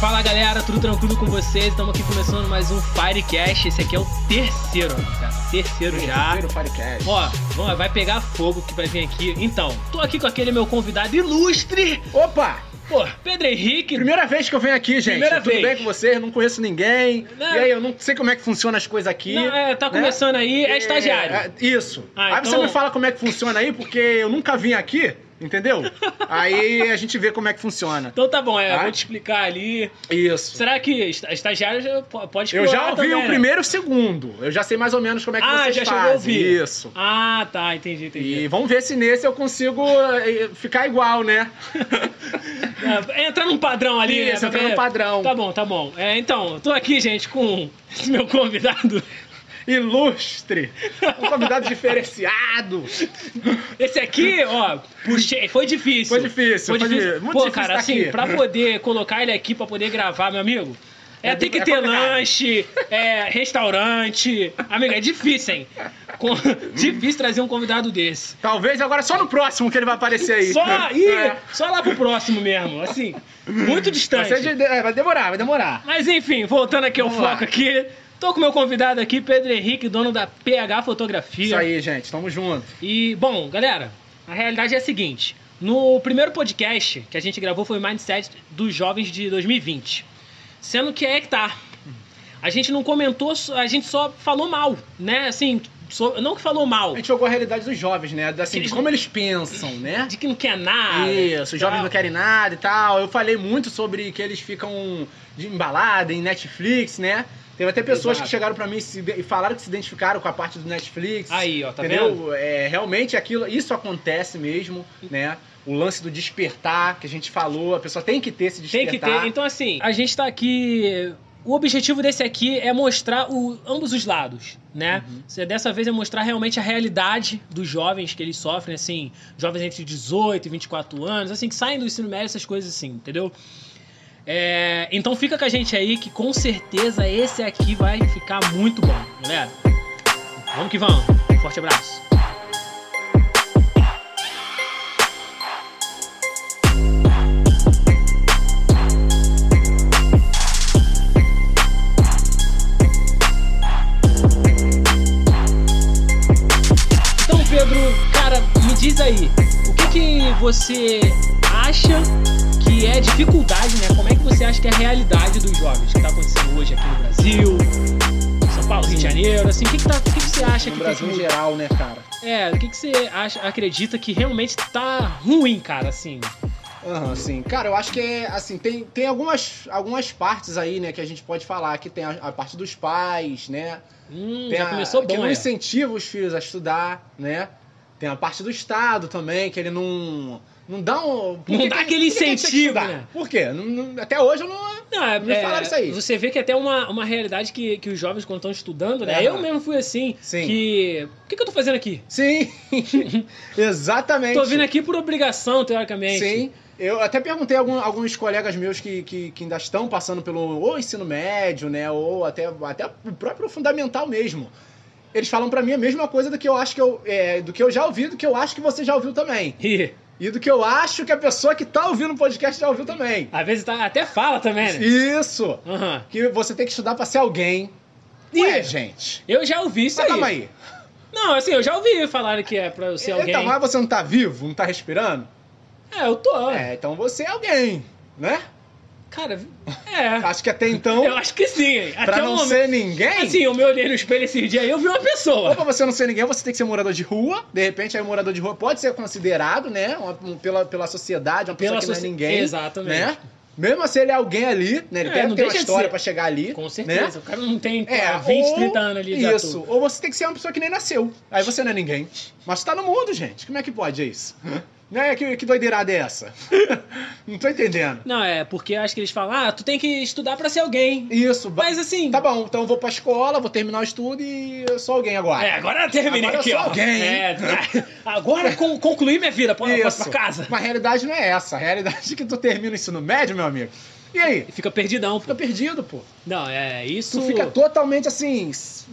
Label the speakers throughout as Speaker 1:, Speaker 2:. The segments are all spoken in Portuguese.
Speaker 1: Fala galera, tudo tranquilo com vocês? Estamos aqui começando mais um Firecast. Esse aqui é o terceiro, cara. Terceiro já.
Speaker 2: Terceiro podcast.
Speaker 1: Ó, vamos lá, vai pegar fogo que vai vir aqui. Então, tô aqui com aquele meu convidado ilustre,
Speaker 2: Opa!
Speaker 1: pô, Pedro Henrique.
Speaker 2: Primeira vez que eu venho aqui, gente.
Speaker 1: Primeira
Speaker 2: Tudo
Speaker 1: vez.
Speaker 2: bem com vocês? Não conheço ninguém.
Speaker 1: Não.
Speaker 2: E aí, eu não sei como é que funciona as coisas aqui.
Speaker 1: Não, é, tá
Speaker 2: né?
Speaker 1: começando aí, é
Speaker 2: É,
Speaker 1: estagiário.
Speaker 2: isso.
Speaker 1: Ah,
Speaker 2: aí
Speaker 1: então-
Speaker 2: você me fala como é que funciona aí, porque eu nunca vim aqui, entendeu? aí a gente vê como é que funciona.
Speaker 1: Então tá bom, é,
Speaker 2: Ah.
Speaker 1: vou te explicar ali.
Speaker 2: Isso.
Speaker 1: Será que esta- estagiário já po- pode
Speaker 2: Eu
Speaker 1: explorar
Speaker 2: já ouvi
Speaker 1: também,
Speaker 2: o
Speaker 1: né?
Speaker 2: primeiro e o segundo. Eu já sei mais ou menos como é que
Speaker 1: Ah,
Speaker 2: vocês
Speaker 1: já chegou a
Speaker 2: fazem.
Speaker 1: ouvir.
Speaker 2: Isso.
Speaker 1: Ah, tá, entendi, entendi.
Speaker 2: E vamos ver se nesse eu consigo eh, ficar igual, né?
Speaker 1: É, entra num padrão ali, né?
Speaker 2: Isso,
Speaker 1: pra
Speaker 2: entra
Speaker 1: ver-
Speaker 2: no padrão.
Speaker 1: Tá bom, tá bom. É, então, eu tô aqui, gente, com esse meu convidado.
Speaker 2: Ilustre! Um convidado diferenciado!
Speaker 1: Esse aqui, ó, puxei, foi difícil.
Speaker 2: Foi difícil, foi difícil. Muito
Speaker 1: Pô,
Speaker 2: difícil
Speaker 1: cara,
Speaker 2: tá
Speaker 1: assim,
Speaker 2: aqui.
Speaker 1: pra poder colocar ele aqui, pra poder gravar, meu amigo, é,
Speaker 2: É
Speaker 1: tem que
Speaker 2: é
Speaker 1: ter
Speaker 2: complicado.
Speaker 1: lanche, é, restaurante. Amigo, é difícil, hein? Com- difícil trazer um convidado desse.
Speaker 2: Talvez agora só no próximo que ele vai aparecer aí.
Speaker 1: Só, ih,
Speaker 2: É.
Speaker 1: só lá pro próximo mesmo, assim, muito
Speaker 2: Vai,
Speaker 1: distante.
Speaker 2: ser de- é, vai demorar, vai demorar.
Speaker 1: Mas enfim, voltando aqui ao
Speaker 2: Vamos lá.
Speaker 1: foco aqui, tô com meu convidado aqui, Pedro Henrique, dono da PH Fotografia.
Speaker 2: Isso aí, gente. Tamo junto.
Speaker 1: E, bom, galera, a realidade é a seguinte. No primeiro podcast que a gente gravou foi o Mindset dos Jovens de 2020. Sendo que é que tá. A gente não comentou, a gente só falou mal, né? Assim, so- não que falou mal,
Speaker 2: A gente jogou a realidade dos jovens, né? Assim, de como eles pensam, né?
Speaker 1: de que não quer nada.
Speaker 2: Isso, os jovens
Speaker 1: tal.
Speaker 2: não querem nada e tal. Eu falei muito sobre que eles ficam de embalada em Netflix, né? Teve até pessoas
Speaker 1: Exato.
Speaker 2: que chegaram pra mim e se- e falaram que se identificaram com a parte do Netflix.
Speaker 1: Aí, ó, tá vendo?
Speaker 2: Entendeu? É, realmente aquilo, isso acontece mesmo, né? O lance do despertar que a gente falou, a pessoa tem que ter esse
Speaker 1: Tem
Speaker 2: despertar.
Speaker 1: que ter. Então, assim, a gente tá aqui. O objetivo desse aqui é mostrar o- ambos os lados, né? Se- Dessa vez é mostrar realmente a realidade dos jovens que eles sofrem, assim, jovens entre 18 e 24 anos, assim, que saem do ensino médio, essas coisas assim, entendeu? É, então fica com a gente aí que com certeza esse aqui vai ficar muito bom, galera. Vamos que vamos. Forte abraço. Então, Pedro, cara, me diz aí, o que, que você acha que é dificuldade, né? Como é que você acha que é a realidade dos jovens que tá acontecendo hoje aqui no Brasil, São Paulo, Rio de
Speaker 2: Sim.
Speaker 1: Janeiro, assim, o que, que, tá, o que, que você acha
Speaker 2: no
Speaker 1: que
Speaker 2: Brasil
Speaker 1: tem
Speaker 2: em
Speaker 1: que
Speaker 2: geral, né, cara?
Speaker 1: É, o que, que você acha, acredita que realmente tá ruim, cara, assim?
Speaker 2: Aham, sim. Cara, eu acho que é assim, tem, tem algumas, algumas partes aí, né, que a gente pode falar, que tem a, a parte dos pais, né?
Speaker 1: Hum,
Speaker 2: Tem
Speaker 1: já
Speaker 2: a- é
Speaker 1: começou
Speaker 2: Que
Speaker 1: bom,
Speaker 2: não
Speaker 1: né?
Speaker 2: incentiva os filhos a estudar, né? Tem a parte do Estado também, que ele não. Não dá um. por
Speaker 1: Não
Speaker 2: que
Speaker 1: dá aquele
Speaker 2: que- por que que a gente tem que
Speaker 1: incentivo,
Speaker 2: estudar?
Speaker 1: né?
Speaker 2: Por quê? Não- não- até hoje eu não.
Speaker 1: Não, é,
Speaker 2: Me falaram
Speaker 1: é,
Speaker 2: isso aí.
Speaker 1: Você vê que é até uma, uma realidade que, que os jovens quando estão estudando, né?
Speaker 2: Aham.
Speaker 1: Eu mesmo fui assim,
Speaker 2: Sim.
Speaker 1: que... O que, que eu tô fazendo aqui?
Speaker 2: Sim! Exatamente.
Speaker 1: Tô vindo aqui por obrigação, teoricamente.
Speaker 2: Sim. Eu até perguntei a algum- alguns colegas meus que, que, que ainda estão passando pelo ou ensino médio, né? Ou até, até o próprio fundamental mesmo. Eles falam pra mim a mesma coisa do que eu acho que eu. é, do que eu já ouvi, do que eu acho que você já ouviu também.
Speaker 1: E
Speaker 2: E do que eu acho que a pessoa que tá ouvindo o podcast já ouviu também.
Speaker 1: às vezes tá- até fala também, né?
Speaker 2: Isso!
Speaker 1: Aham.
Speaker 2: Que você tem que estudar pra ser alguém. Ué,
Speaker 1: Ih,
Speaker 2: gente.
Speaker 1: Eu já ouvi isso
Speaker 2: Mas
Speaker 1: aí.
Speaker 2: calma aí.
Speaker 1: Não, assim, eu já ouvi falar que é pra eu ser alguém.
Speaker 2: Eita, mas você não tá vivo? Não tá respirando?
Speaker 1: É, eu tô.
Speaker 2: É, então você é alguém, né?
Speaker 1: Cara, é.
Speaker 2: Acho que até então,
Speaker 1: Eu acho que sim. hein? Até
Speaker 2: pra
Speaker 1: o
Speaker 2: não
Speaker 1: momento.
Speaker 2: ser ninguém.
Speaker 1: Assim, eu me olhei no espelho esse dia e eu vi uma
Speaker 2: Ou
Speaker 1: pessoa.
Speaker 2: pra você não ser ninguém, você tem que ser morador de rua. De repente, aí o morador de rua pode ser considerado, né? uma- um- pela, pela sociedade, uma pessoa que
Speaker 1: socie-
Speaker 2: não é ninguém.
Speaker 1: Exatamente.
Speaker 2: Né? Mesmo assim, ele é alguém ali, né? Ele
Speaker 1: É,
Speaker 2: deve
Speaker 1: não
Speaker 2: ter uma
Speaker 1: deixa de
Speaker 2: história
Speaker 1: ser.
Speaker 2: pra chegar ali.
Speaker 1: Com certeza. O cara não tem
Speaker 2: Né? É,
Speaker 1: cara, 20,
Speaker 2: ou-
Speaker 1: 30 anos ali de
Speaker 2: Isso.
Speaker 1: ator.
Speaker 2: Ou você tem que ser uma pessoa que nem nasceu. Aí você não é ninguém. Mas tá no mundo, gente. Como é que pode isso? né? Que, que doideirada é essa? não tô entendendo.
Speaker 1: Não, é, porque acho que eles falam, ah, tu tem que estudar pra ser alguém.
Speaker 2: Isso. ba-
Speaker 1: Mas assim.
Speaker 2: Tá bom, então eu vou pra escola, vou terminar o estudo e eu sou alguém agora.
Speaker 1: É, agora eu terminei
Speaker 2: Agora eu
Speaker 1: aqui,
Speaker 2: sou
Speaker 1: ó.
Speaker 2: alguém, hein?
Speaker 1: É, agora con- concluí minha vida, posso, posso ir pra casa.
Speaker 2: Mas a realidade não é essa. A realidade é que tu termina o ensino médio, meu amigo. E aí?
Speaker 1: E Fica perdidão, pô.
Speaker 2: Fica perdido, pô.
Speaker 1: Não, é isso.
Speaker 2: Tu fica totalmente assim. s-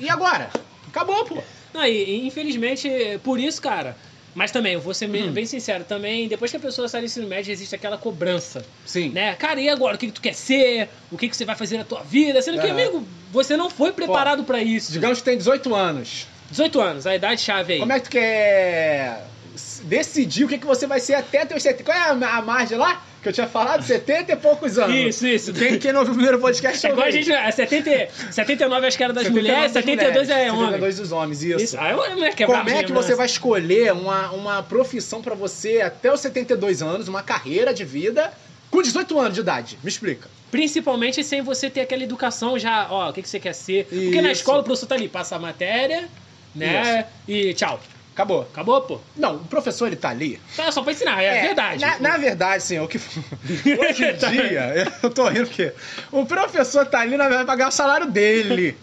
Speaker 2: E agora? Acabou, pô.
Speaker 1: Não, e, e, infelizmente, é por isso, cara, Mas também, eu vou ser bem,
Speaker 2: Uhum.
Speaker 1: bem sincero, também, depois que a pessoa sai do ensino médio, existe aquela cobrança,
Speaker 2: Sim.
Speaker 1: né? Cara, e agora? O que, que tu quer ser? O que, que você vai fazer na tua vida? Sendo que,
Speaker 2: Aham.
Speaker 1: amigo, você não foi preparado pra isso.
Speaker 2: Digamos que tem 18 anos.
Speaker 1: 18 anos, a idade-chave aí.
Speaker 2: Como é que tu quer s- decidir o que, que você vai ser até teus 70? Qual é a, a margem lá? Que eu tinha falado, 70 e poucos anos.
Speaker 1: Isso, isso.
Speaker 2: Quem, quem não ouviu o primeiro podcast
Speaker 1: É igual a
Speaker 2: ouve.
Speaker 1: gente, é 70, 79 acho que era das
Speaker 2: 79
Speaker 1: mulheres,
Speaker 2: das
Speaker 1: 72 é
Speaker 2: mulheres,
Speaker 1: homem.
Speaker 2: 72 dos homens, isso.
Speaker 1: Isso, aí eu ia quebrar
Speaker 2: Como é que
Speaker 1: né?
Speaker 2: você vai escolher uma, uma profissão pra você até os 72 anos, uma carreira de vida, com 18 anos de idade? Me explica.
Speaker 1: Principalmente sem você ter aquela educação já, ó, o que, que você quer ser. Porque na
Speaker 2: Isso.
Speaker 1: escola o professor tá ali, passa a matéria, né? E tchau.
Speaker 2: Acabou.
Speaker 1: Acabou, pô.
Speaker 2: Não, o professor ele tá ali.
Speaker 1: Tá, só pra ensinar, é, verdade.
Speaker 2: Na, na verdade, sim, o que. Hoje em dia, eu tô rindo porque o professor tá ali, na verdade, pra pagar o salário dele.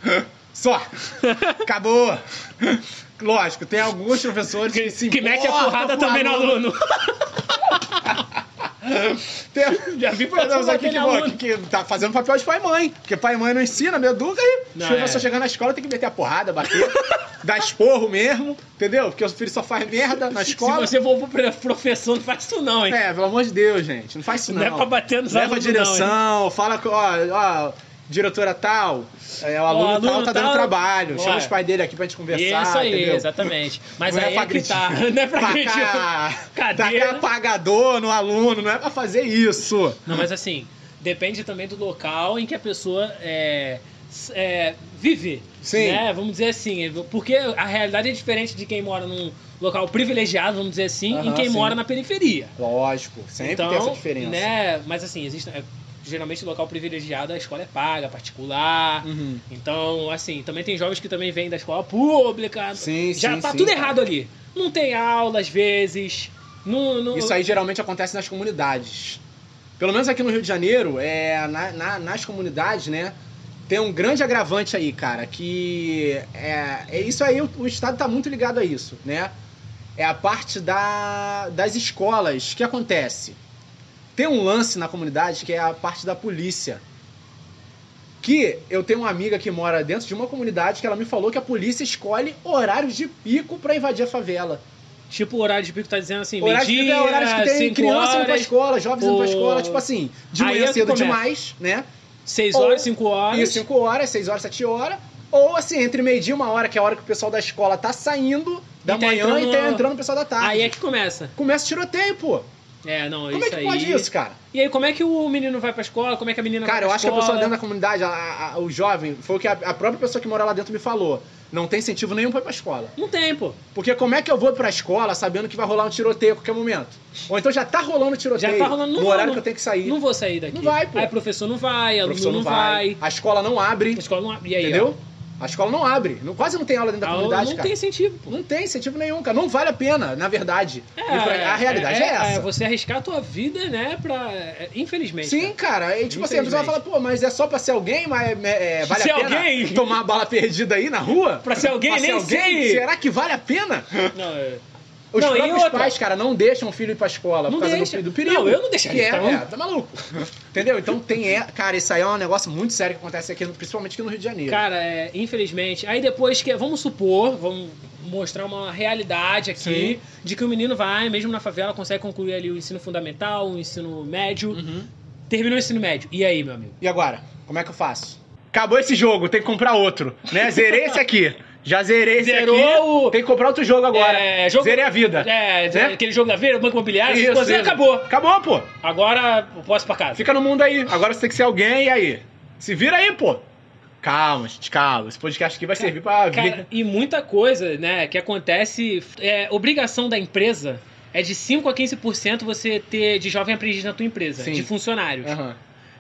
Speaker 2: Só. Acabou. Lógico, tem alguns professores que se
Speaker 1: que mete a
Speaker 2: importam
Speaker 1: porrada
Speaker 2: com o
Speaker 1: também no aluno.
Speaker 2: Tem,
Speaker 1: Já vi
Speaker 2: professores
Speaker 1: professor
Speaker 2: aqui que,
Speaker 1: batendo
Speaker 2: vão-
Speaker 1: aluno.
Speaker 2: que tá fazendo papel de pai e mãe. Porque pai e mãe não ensina, não educa e
Speaker 1: Não,
Speaker 2: o professor
Speaker 1: é.
Speaker 2: chegar na escola tem que meter a porrada, bater, dar esporro mesmo, entendeu? Porque o filho só faz merda na escola.
Speaker 1: Se você for pro professor, não faz isso não, hein?
Speaker 2: É, pelo amor de Deus, gente. Não faz isso não.
Speaker 1: Não é pra bater nos
Speaker 2: Leva a
Speaker 1: alunos,
Speaker 2: direção, fala com, ó, ó, diretora tal, é, o aluno,
Speaker 1: aluno
Speaker 2: tal tá
Speaker 1: tal.
Speaker 2: dando trabalho.
Speaker 1: Ué.
Speaker 2: Chama os pais dele aqui pra gente conversar,
Speaker 1: Isso aí,
Speaker 2: entendeu?
Speaker 1: exatamente. Mas
Speaker 2: Não é
Speaker 1: aí
Speaker 2: pra
Speaker 1: é que tá.
Speaker 2: agredir.
Speaker 1: Não é pra acreditar.
Speaker 2: Tacar,
Speaker 1: Cadeira.
Speaker 2: tacar tá apagador no aluno, não é pra fazer isso.
Speaker 1: Não, mas assim, depende também do local em que a pessoa é, s- é, vive.
Speaker 2: Sim.
Speaker 1: né? Vamos dizer assim, porque a realidade é diferente de quem mora num local privilegiado, vamos dizer assim,
Speaker 2: Aham,
Speaker 1: e quem
Speaker 2: sim.
Speaker 1: mora na periferia.
Speaker 2: Lógico, sempre
Speaker 1: então,
Speaker 2: tem essa diferença.
Speaker 1: Né? Mas assim, existe. é, Geralmente no local privilegiado a escola é paga, particular.
Speaker 2: Uhum.
Speaker 1: Então, assim, também tem jovens que também vêm da escola pública.
Speaker 2: Sim,
Speaker 1: Já
Speaker 2: sim,
Speaker 1: tá
Speaker 2: sim.
Speaker 1: tudo errado ali. Não tem aula às vezes. Não, não-
Speaker 2: Isso aí geralmente acontece nas comunidades. Pelo menos aqui no Rio de Janeiro, é, na- na- nas comunidades, né? Tem um grande agravante aí, cara, que é, é isso aí, o, o Estado tá muito ligado a isso, né? É a parte da, das escolas. O que acontece? Tem um lance na comunidade que é a parte da polícia. Que eu tenho uma amiga que mora dentro de uma comunidade que ela me falou que a polícia escolhe horários de pico pra invadir a favela.
Speaker 1: Tipo, o horário de pico tá dizendo assim,
Speaker 2: Horários que,
Speaker 1: meio-dia,
Speaker 2: tem, horários é que tem
Speaker 1: cinco
Speaker 2: criança indo pra
Speaker 1: horas,
Speaker 2: escola, jovens indo pra
Speaker 1: Pô.
Speaker 2: escola, tipo assim, de
Speaker 1: Aí
Speaker 2: manhã
Speaker 1: é que
Speaker 2: cedo
Speaker 1: começa.
Speaker 2: demais, né?
Speaker 1: 6
Speaker 2: Ou-
Speaker 1: horas, 5 horas.
Speaker 2: E 5 horas, 6 horas, 7 horas. Ou assim, entre meio-dia e uma hora, que é a hora que o pessoal da escola tá saindo da
Speaker 1: E tá
Speaker 2: manhã
Speaker 1: entrando
Speaker 2: e tá
Speaker 1: no-
Speaker 2: entrando o pessoal da tarde.
Speaker 1: Aí é que começa.
Speaker 2: Começa o tiroteio, pô.
Speaker 1: É, não,
Speaker 2: Como
Speaker 1: isso
Speaker 2: é que
Speaker 1: aí.
Speaker 2: pode isso, cara?
Speaker 1: E aí, como é que o menino vai pra escola? Como é que a menina
Speaker 2: Cara,
Speaker 1: vai
Speaker 2: eu
Speaker 1: pra
Speaker 2: acho que a
Speaker 1: escola?
Speaker 2: pessoa dentro da comunidade, a- a- a- o jovem, foi o que a, a própria pessoa que mora lá dentro me falou. Não tem incentivo nenhum pra ir pra escola.
Speaker 1: Não tem, pô.
Speaker 2: Porque como é que eu vou pra escola sabendo que vai rolar um tiroteio a qualquer momento? Ou então já tá rolando tiroteio
Speaker 1: Já tá rolando, não
Speaker 2: no
Speaker 1: vou,
Speaker 2: horário
Speaker 1: não-
Speaker 2: que eu tenho que sair.
Speaker 1: Não vou sair daqui.
Speaker 2: Não vai, pô.
Speaker 1: Aí professor não vai,
Speaker 2: O
Speaker 1: aluno
Speaker 2: professor
Speaker 1: não vai.
Speaker 2: A escola não abre,
Speaker 1: A escola não abre. E aí,
Speaker 2: entendeu? A escola não abre. Não, quase não tem aula
Speaker 1: ó,
Speaker 2: dentro
Speaker 1: a
Speaker 2: da
Speaker 1: aula
Speaker 2: comunidade,
Speaker 1: não
Speaker 2: cara.
Speaker 1: tem incentivo, pô.
Speaker 2: Não tem incentivo nenhum, cara. Não vale a pena, na verdade. E pra- a realidade é, essa.
Speaker 1: você arriscar a tua vida, né, pra... é, Infelizmente.
Speaker 2: Sim, cara. E, tipo assim, a pessoa fala, pô, mas é só pra ser alguém? Mas é, é, vale
Speaker 1: Ser
Speaker 2: a pena
Speaker 1: alguém?
Speaker 2: tomar a bala perdida aí na rua?
Speaker 1: Pra ser alguém,
Speaker 2: Pra
Speaker 1: nem sei.
Speaker 2: Será que vale a pena?
Speaker 1: cara. Não, é...
Speaker 2: Os
Speaker 1: Não, e
Speaker 2: próprios
Speaker 1: outra?
Speaker 2: pais, cara, não deixam o filho ir pra escola
Speaker 1: Não
Speaker 2: por causa do
Speaker 1: deixa.
Speaker 2: filho do perigo.
Speaker 1: Não, eu não deixaria,
Speaker 2: Que é,
Speaker 1: tá maluco?
Speaker 2: é, tá maluco. Entendeu? Então tem... É, cara, isso aí é um negócio muito sério que acontece aqui, principalmente aqui no Rio de Janeiro.
Speaker 1: Cara, é, infelizmente. Aí depois que. Vamos supor, vamos mostrar uma realidade aqui
Speaker 2: Sim.
Speaker 1: de que o menino vai, mesmo na favela, consegue concluir ali o ensino fundamental, o ensino médio.
Speaker 2: Uhum.
Speaker 1: Terminou o ensino médio. E aí, meu amigo?
Speaker 2: E agora? Como é que eu faço? Acabou esse jogo, tem que comprar outro. Né? Zerei esse aqui. Já zerei esse
Speaker 1: Zerou
Speaker 2: aqui.
Speaker 1: o-
Speaker 2: Tem que comprar outro jogo agora.
Speaker 1: É, jogo-
Speaker 2: Zerei a vida.
Speaker 1: É,
Speaker 2: Né?
Speaker 1: aquele jogo da Veira, Banco Imobiliário,
Speaker 2: Isso,
Speaker 1: isso,
Speaker 2: isso.
Speaker 1: acabou.
Speaker 2: Acabou, pô.
Speaker 1: Agora eu posso ir pra casa.
Speaker 2: Fica no mundo aí. Agora você tem que ser alguém e aí. Se vira aí, pô. Calma, gente, calma. Esse podcast aqui vai servir pra
Speaker 1: Cara,
Speaker 2: vida.
Speaker 1: e muita coisa, né, que acontece. É, obrigação da empresa é de 5 a 15% você ter de jovem aprendiz na tua empresa,
Speaker 2: Sim.
Speaker 1: de funcionários.
Speaker 2: Aham.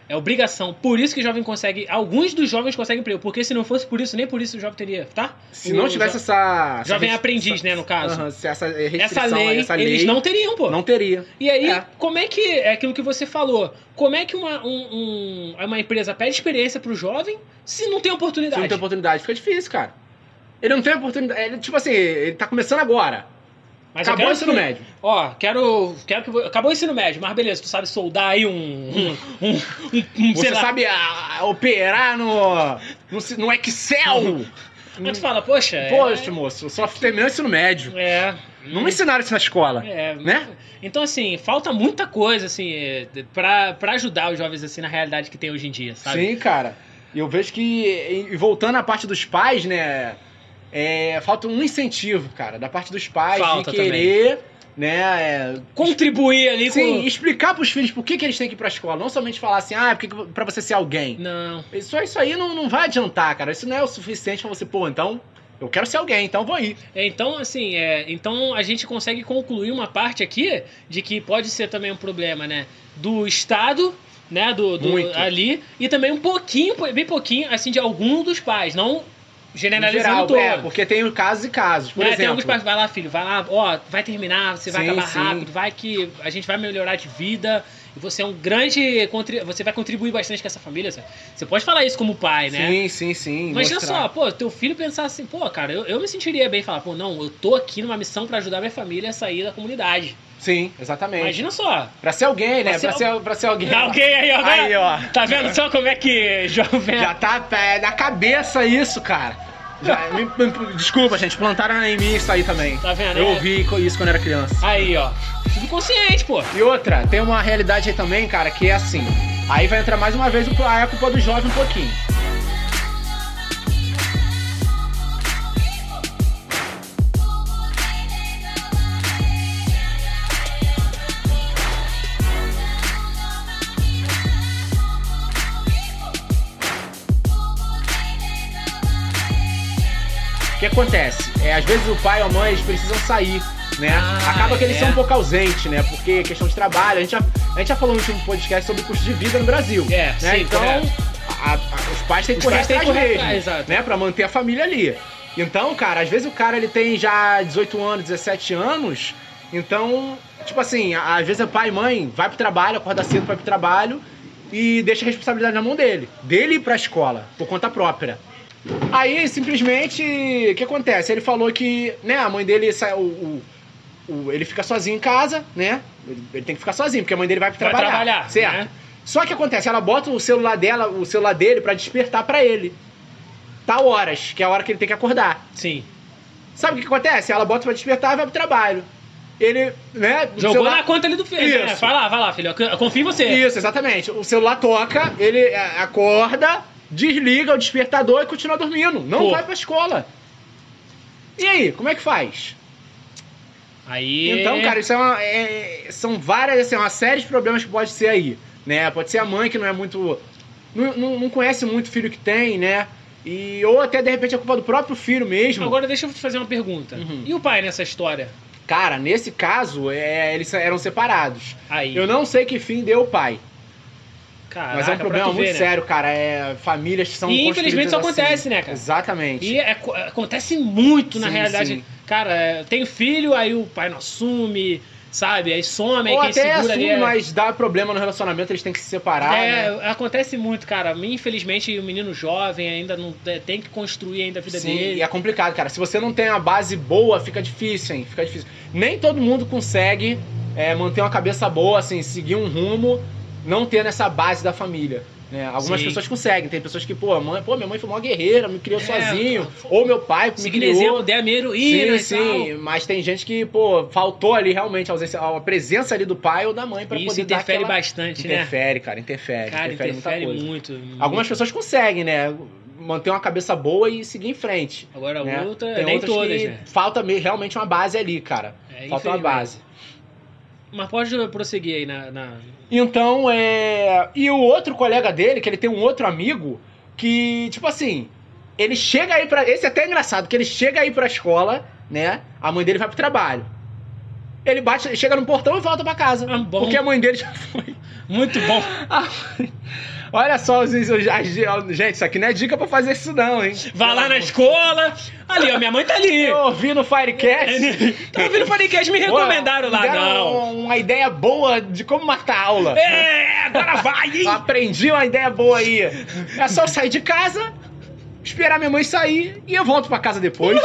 Speaker 1: É obrigação. Por isso que jovem consegue. Alguns dos jovens conseguem emprego. Porque se não fosse por isso, nem por isso o jovem teria, tá?
Speaker 2: Se
Speaker 1: O
Speaker 2: não tivesse
Speaker 1: jo-
Speaker 2: essa. essa
Speaker 1: Jovem
Speaker 2: restri-
Speaker 1: aprendiz, né, no caso.
Speaker 2: Aham, se essa
Speaker 1: Essa
Speaker 2: restrição aí,
Speaker 1: lei,
Speaker 2: essa lei.
Speaker 1: eles não teriam, pô.
Speaker 2: não teria.
Speaker 1: E aí,
Speaker 2: É.
Speaker 1: como é que. É aquilo que você falou. Como é que uma, um- um- uma empresa pede experiência pro jovem se não tem
Speaker 2: Se
Speaker 1: oportunidade?
Speaker 2: não tem oportunidade, fica difícil, cara. Ele não tem oportunidade. Ele, tipo assim, ele tá começando agora.
Speaker 1: Mas eu
Speaker 2: Acabou
Speaker 1: quero
Speaker 2: o ensino
Speaker 1: que-
Speaker 2: médio.
Speaker 1: Ó, quero. quero que... vo- Acabou o ensino médio, mas beleza, tu sabe soldar aí um. um, um, um- um-
Speaker 2: Você
Speaker 1: sei lá.
Speaker 2: sabe a- a operar no, no, ci- no Excel. Hum.
Speaker 1: Mas tu fala, poxa. é-
Speaker 2: Poxa, moço, só terminou o ensino médio.
Speaker 1: É.
Speaker 2: Não me ensinaram isso na escola.
Speaker 1: É,
Speaker 2: Né?
Speaker 1: Então, assim, falta muita coisa, assim, é, pra, pra ajudar os jovens, assim, na realidade que tem hoje em dia, sabe?
Speaker 2: Sim, cara. E eu vejo que, e- e voltando à parte dos pais, né? é, falta um incentivo, cara, da parte dos pais
Speaker 1: Falta
Speaker 2: de querer, né? é,
Speaker 1: Contribuir ali
Speaker 2: sim,
Speaker 1: com...
Speaker 2: explicar pros filhos por que, que eles têm que ir pra escola. Não somente falar assim, ah, é porque, que- pra você ser alguém.
Speaker 1: Não.
Speaker 2: Isso, isso aí não, não vai adiantar, cara. Isso não é o suficiente pra você, pô, então eu quero ser alguém, então vou ir.
Speaker 1: É, Então, assim, é, então a gente consegue concluir uma parte aqui de que pode ser também um problema, né? Do Estado, né? Do, do-
Speaker 2: Muito.
Speaker 1: ali, e também um pouquinho, bem pouquinho, assim, de algum dos pais, não generalizando
Speaker 2: Em
Speaker 1: todo.
Speaker 2: é, porque tem casos e casos. Por
Speaker 1: Né, tem
Speaker 2: exemplo,
Speaker 1: alguns pais, vai lá, filho, vai lá, ó, vai terminar, você vai
Speaker 2: Sim,
Speaker 1: acabar
Speaker 2: sim.
Speaker 1: rápido, vai que a gente vai melhorar de vida, e você é um grande. contri- Você vai contribuir bastante com essa família. sabe? Você pode falar isso como pai, né?
Speaker 2: Sim, sim, sim.
Speaker 1: Imagina
Speaker 2: mostrar.
Speaker 1: só, pô, teu filho pensar assim, pô, cara, eu, eu me sentiria bem falar, pô, não, eu tô aqui numa missão pra ajudar minha família a sair da comunidade.
Speaker 2: Sim, exatamente.
Speaker 1: Imagina só.
Speaker 2: Pra ser alguém, né?
Speaker 1: Pra
Speaker 2: Pra
Speaker 1: ser
Speaker 2: ser, pra ser É. alguém.
Speaker 1: Alguém aí, ó,
Speaker 2: Aí, ó.
Speaker 1: Tá vendo só como é que jovem.
Speaker 2: Já tá é, na cabeça isso, cara. Já- me- me- desculpa, gente, plantaram em mim isso aí também.
Speaker 1: Tá vendo?
Speaker 2: Eu
Speaker 1: É.
Speaker 2: ouvi co- isso quando era criança.
Speaker 1: Aí, ó. Subconsciente, pô.
Speaker 2: E outra, tem uma realidade aí também, cara, que é assim. Aí vai entrar mais uma vez o- a culpa do jovem um pouquinho. O que acontece? É, às vezes o pai ou a mãe eles precisam sair, né?
Speaker 1: Ah,
Speaker 2: Acaba que eles
Speaker 1: é.
Speaker 2: são um pouco ausentes, né? Porque questão de trabalho, a gente já, a gente já falou no último podcast sobre o custo de vida no Brasil.
Speaker 1: É,
Speaker 2: né?
Speaker 1: sim,
Speaker 2: então
Speaker 1: correto.
Speaker 2: a- a- os pais têm que
Speaker 1: Os
Speaker 2: correr
Speaker 1: pais têm
Speaker 2: atrás
Speaker 1: que correr
Speaker 2: mesmo,
Speaker 1: atrás, exato.
Speaker 2: né? Pra manter a família ali. Então, cara, às vezes o cara ele tem já 18 anos, 17 anos, então, tipo assim, a- às vezes o pai e mãe vai pro trabalho, acorda cedo, vai pro trabalho e deixa a responsabilidade na mão dele. Dele ir pra escola, por conta própria. Aí, simplesmente, o que acontece? Ele falou que, né, a mãe dele sai, o, o- o- ele fica sozinho em casa, né? Ele, ele tem que ficar sozinho, porque a mãe dele vai
Speaker 1: Vai
Speaker 2: trabalhar.
Speaker 1: trabalhar.
Speaker 2: certo?
Speaker 1: né?
Speaker 2: Só que acontece, ela bota o celular dela, o celular dele pra despertar pra ele. Tal horas, que é a hora que ele tem que acordar.
Speaker 1: Sim.
Speaker 2: Sabe o que acontece? Ela bota pra despertar e vai pro trabalho. Ele, né? o
Speaker 1: Jogou
Speaker 2: celular-
Speaker 1: na conta ali do filho. né?
Speaker 2: Isso.
Speaker 1: Vai lá, vai lá, filho. Eu confio em você.
Speaker 2: Isso, exatamente. O celular toca, ele é, acorda, desliga o despertador e continua dormindo. Não
Speaker 1: Pô.
Speaker 2: vai pra escola. E aí, como é que faz?
Speaker 1: Aí.
Speaker 2: Então, cara, isso é uma, é- são várias, assim, uma série de problemas que pode ser aí, né? Pode ser a mãe que não é muito, não, não, não conhece muito o filho que tem, né? E, ou até, de repente, é culpa do próprio filho mesmo.
Speaker 1: Agora deixa eu te fazer uma pergunta.
Speaker 2: Uhum.
Speaker 1: E o pai nessa história?
Speaker 2: Cara, nesse caso, é, eles eram separados.
Speaker 1: Aí.
Speaker 2: Eu não sei que fim deu o pai,
Speaker 1: Caraca,
Speaker 2: mas é um
Speaker 1: pra
Speaker 2: problema
Speaker 1: tu ver,
Speaker 2: muito
Speaker 1: né?
Speaker 2: sério, cara. É, famílias são
Speaker 1: E infelizmente
Speaker 2: construídas
Speaker 1: isso
Speaker 2: assim.
Speaker 1: acontece, né, cara?
Speaker 2: Exatamente.
Speaker 1: E é- co- acontece muito na
Speaker 2: Sim,
Speaker 1: realidade.
Speaker 2: sim.
Speaker 1: Cara, é, tem filho, aí o pai não assume, sabe? Aí some, aí
Speaker 2: Ou
Speaker 1: quem
Speaker 2: até
Speaker 1: segura ali.
Speaker 2: assume,
Speaker 1: é-
Speaker 2: mas dá problema no relacionamento, eles têm que se separar,
Speaker 1: é,
Speaker 2: né?
Speaker 1: acontece muito, cara. Infelizmente, o menino jovem ainda não é, tem que construir ainda a vida
Speaker 2: Sim,
Speaker 1: dele.
Speaker 2: e é complicado, cara. Se você não tem uma base boa, fica difícil, hein? Fica difícil. Nem todo mundo consegue é, manter uma cabeça boa, assim, seguir um rumo, não tendo essa base da família. Né? Algumas
Speaker 1: Sim.
Speaker 2: pessoas conseguem. Tem pessoas que, pô, a mãe, pô, minha mãe foi uma guerreira, me criou
Speaker 1: É,
Speaker 2: sozinho.
Speaker 1: pô,
Speaker 2: Ou meu pai me
Speaker 1: Seguindo exemplo
Speaker 2: criou.
Speaker 1: de Amiro
Speaker 2: Sim,
Speaker 1: e
Speaker 2: sim, mas tem gente que, pô, faltou ali realmente a, ausência- a presença ali do pai ou da mãe pra
Speaker 1: Tal. Isso
Speaker 2: poder dar
Speaker 1: interfere
Speaker 2: aquela...
Speaker 1: bastante, né?
Speaker 2: Interfere, cara, interfere.
Speaker 1: Cara, interfere,
Speaker 2: muita coisa.
Speaker 1: muito.
Speaker 2: Algumas pessoas conseguem, né? Manter uma cabeça boa e seguir em frente.
Speaker 1: Agora,
Speaker 2: né?
Speaker 1: outra,
Speaker 2: Tem
Speaker 1: nem
Speaker 2: outras
Speaker 1: todas,
Speaker 2: que
Speaker 1: né?
Speaker 2: falta me- realmente uma base ali, cara.
Speaker 1: É,
Speaker 2: falta uma
Speaker 1: infelizmente.
Speaker 2: base.
Speaker 1: Mas pode prosseguir aí na. na-
Speaker 2: Então, é... E o outro colega dele, que ele tem um outro amigo, que, tipo assim, ele chega aí pra... Esse é até engraçado, que ele chega aí pra escola, né? A mãe dele vai pro trabalho. Ele bate, chega no portão e volta pra casa.
Speaker 1: Ah, bom.
Speaker 2: Porque é a mãe dele já foi.
Speaker 1: Muito bom.
Speaker 2: Ah, Olha só, os, os- as- gente, isso aqui não é dica pra fazer isso não, hein?
Speaker 1: Vai lá na escola. Ali, ó, minha mãe tá ali.
Speaker 2: Eu ouvi no Firecast...
Speaker 1: Tá ouvindo o podcast? Me recomendaram
Speaker 2: Pô,
Speaker 1: lá,
Speaker 2: deram
Speaker 1: não.
Speaker 2: um- Uma ideia boa de como matar a aula.
Speaker 1: É, agora vai, hein?
Speaker 2: Aprendi uma ideia boa aí. É só eu sair de casa, esperar minha mãe sair e eu volto pra casa depois.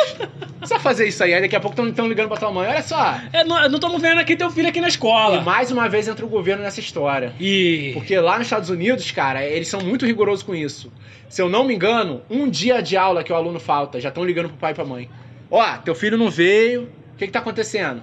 Speaker 2: só fazer isso aí. Aí daqui a pouco estão ligando pra tua mãe. Olha só.
Speaker 1: É, não, não estamos vendo aqui teu filho aqui na
Speaker 2: E
Speaker 1: escola.
Speaker 2: mais uma vez entra o governo nessa história.
Speaker 1: E.
Speaker 2: Porque lá nos Estados Unidos, cara, eles são muito rigorosos com isso. Se eu não me engano, um dia de aula que o aluno falta, já estão ligando pro pai e pra mãe. Ó, teu filho não veio, O que está acontecendo?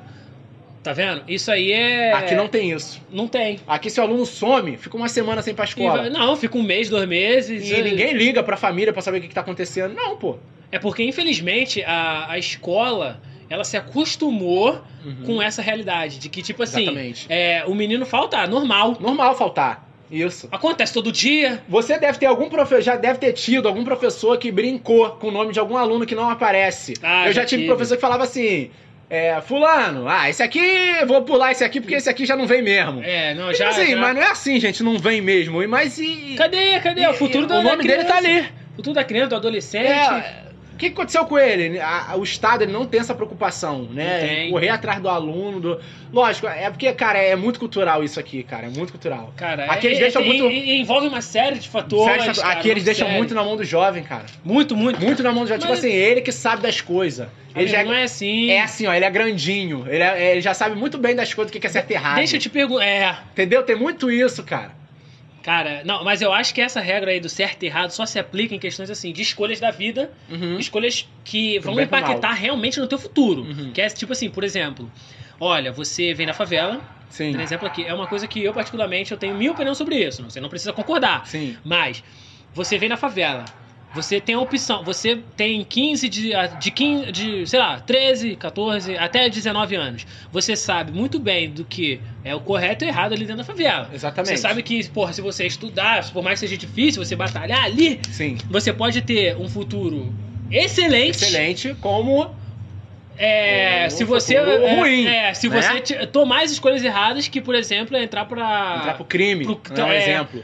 Speaker 1: Tá vendo? Isso aí é.
Speaker 2: Aqui não tem isso.
Speaker 1: Não tem.
Speaker 2: Aqui se o aluno some, fica uma semana sem ir pra
Speaker 1: E
Speaker 2: escola.
Speaker 1: vai- não, fica um mês, dois meses.
Speaker 2: E
Speaker 1: é-
Speaker 2: ninguém liga pra família pra saber o que, que tá acontecendo. Não, pô.
Speaker 1: É porque, infelizmente, a, a escola ela se acostumou com essa realidade. De que, tipo assim,
Speaker 2: Hum. Exatamente.
Speaker 1: é, o menino falta, normal.
Speaker 2: Normal faltar. Isso.
Speaker 1: Acontece todo dia.
Speaker 2: Você deve ter algum professor, já deve ter tido algum professor que brincou com o nome de algum aluno que não aparece.
Speaker 1: Ah,
Speaker 2: Eu já
Speaker 1: já
Speaker 2: tive
Speaker 1: tive.
Speaker 2: professor que falava assim: é, Fulano, ah, esse aqui, vou pular esse aqui porque esse aqui já não vem mesmo.
Speaker 1: É, não,
Speaker 2: Mas
Speaker 1: já.
Speaker 2: assim,
Speaker 1: já-
Speaker 2: mas não é assim, gente, não vem mesmo. E- Mas e.
Speaker 1: Cadê? Cadê?
Speaker 2: e-
Speaker 1: o futuro
Speaker 2: e-
Speaker 1: da
Speaker 2: O nome
Speaker 1: da
Speaker 2: dele tá
Speaker 1: criança.
Speaker 2: ali.
Speaker 1: O futuro da criança, do adolescente.
Speaker 2: É, o que que aconteceu com ele? A- a- o Estado ele não tem essa preocupação, né?
Speaker 1: Não tem.
Speaker 2: Correr atrás do aluno. do- Lógico, é porque, cara, é muito cultural isso aqui, cara. É muito cultural.
Speaker 1: Cara,
Speaker 2: Aqui
Speaker 1: é-
Speaker 2: eles
Speaker 1: é-
Speaker 2: deixam
Speaker 1: é-
Speaker 2: muito-
Speaker 1: e- e envolve uma série de fatores.
Speaker 2: Sério,
Speaker 1: cara,
Speaker 2: aqui eles
Speaker 1: uma
Speaker 2: deixam
Speaker 1: série.
Speaker 2: muito na mão do jovem, cara.
Speaker 1: Muito, muito.
Speaker 2: Muito na mão do jovem. Tipo
Speaker 1: Mas-
Speaker 2: assim, ele que sabe das coisas. Ele
Speaker 1: Amigo,
Speaker 2: já
Speaker 1: não é assim.
Speaker 2: é assim, ó, ele é grandinho. Ele, é- ele já sabe muito bem das coisas, o que que é certo e errado.
Speaker 1: Deixa eu te perguntar. É,
Speaker 2: Entendeu? Tem muito isso, cara.
Speaker 1: cara, não, mas eu acho que essa regra aí do certo e errado só se aplica em questões assim de escolhas da vida,
Speaker 2: Uhum.
Speaker 1: escolhas que
Speaker 2: Pro
Speaker 1: vão
Speaker 2: bem e pro
Speaker 1: impactar realmente no teu futuro.
Speaker 2: Uhum.
Speaker 1: Que é tipo assim, por exemplo, olha, você vem da favela,
Speaker 2: Sim.
Speaker 1: por exemplo aqui, é uma coisa que eu particularmente eu tenho minha opinião sobre isso, você não precisa concordar.
Speaker 2: Sim.
Speaker 1: Mas você vem na favela, você tem a opção, você tem 15 de, ah, de 15 de, sei lá, 13, 14 até 19 anos. Você sabe muito bem do que é o correto e o errado ali dentro da favela.
Speaker 2: Exatamente.
Speaker 1: Você sabe que, porra, se você estudar, por mais que seja difícil, você batalhar ali,
Speaker 2: Sim.
Speaker 1: você pode ter um futuro excelente.
Speaker 2: Excelente como
Speaker 1: É,
Speaker 2: Um
Speaker 1: se você
Speaker 2: futuro
Speaker 1: é,
Speaker 2: ruim,
Speaker 1: é, se
Speaker 2: né?
Speaker 1: você te- tomar as escolhas erradas, que por exemplo, é entrar pra
Speaker 2: entrar pro crime.
Speaker 1: pro-
Speaker 2: né? Um
Speaker 1: é.
Speaker 2: exemplo.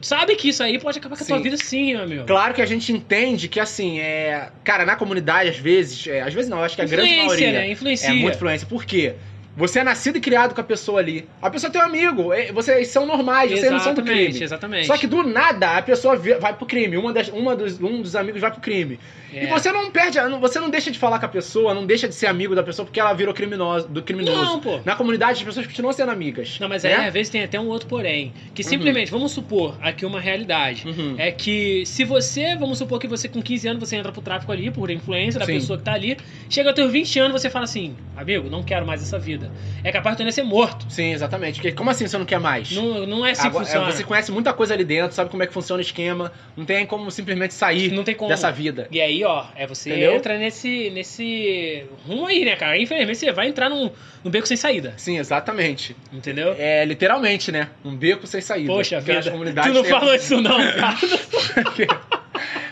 Speaker 1: Sabe que isso aí pode acabar com a tua
Speaker 2: Sim. Então,
Speaker 1: vida sim, meu amigo.
Speaker 2: Claro que a gente entende que, assim, é. Cara, na comunidade, às vezes. é, Às vezes não, acho que a grande maioria.
Speaker 1: né? Influencia.
Speaker 2: É muito influência. Por quê? Você é nascido e criado com a pessoa ali. A pessoa tem um amigo. é, Vocês são normais, vocês não são é do crime.
Speaker 1: Exatamente, exatamente.
Speaker 2: Só que do nada a pessoa vê- vai pro crime. Uma das, uma dos, um dos amigos vai pro crime.
Speaker 1: É.
Speaker 2: E você não perde. a- não- Você não deixa de falar com a pessoa, não deixa de ser amigo da pessoa porque ela virou criminoso, do criminoso.
Speaker 1: Não, pô.
Speaker 2: Na comunidade as pessoas continuam sendo amigas.
Speaker 1: Não, mas aí
Speaker 2: né?
Speaker 1: às vezes tem até um outro porém. Que simplesmente, vamos supor aqui uma realidade.
Speaker 2: Uhum.
Speaker 1: É que se você, vamos supor que você com 15 anos você entra pro tráfico ali, por influência da
Speaker 2: Sim.
Speaker 1: pessoa que tá ali, chega aos teus 20 anos você fala assim, amigo, não quero mais essa vida. É capaz de tu ainda ser morto.
Speaker 2: Sim, exatamente. Porque como assim você não quer mais?
Speaker 1: Não, não é assim
Speaker 2: Agora, é,
Speaker 1: que funciona.
Speaker 2: Você conhece muita coisa ali dentro, sabe como é que funciona o esquema. Não tem como simplesmente sair
Speaker 1: Não tem como.
Speaker 2: dessa vida.
Speaker 1: E aí, ó, é você
Speaker 2: Entendeu?
Speaker 1: entra nesse, nesse rumo aí, né, cara? Infelizmente você vai entrar num, num beco sem saída,
Speaker 2: Sim, exatamente.
Speaker 1: entendeu?
Speaker 2: É literalmente, né? Um beco sem saída.
Speaker 1: Poxa
Speaker 2: Porque
Speaker 1: vida,
Speaker 2: nas comunidades
Speaker 1: tu não
Speaker 2: tem- um
Speaker 1: falou isso não, cara.
Speaker 2: Porque,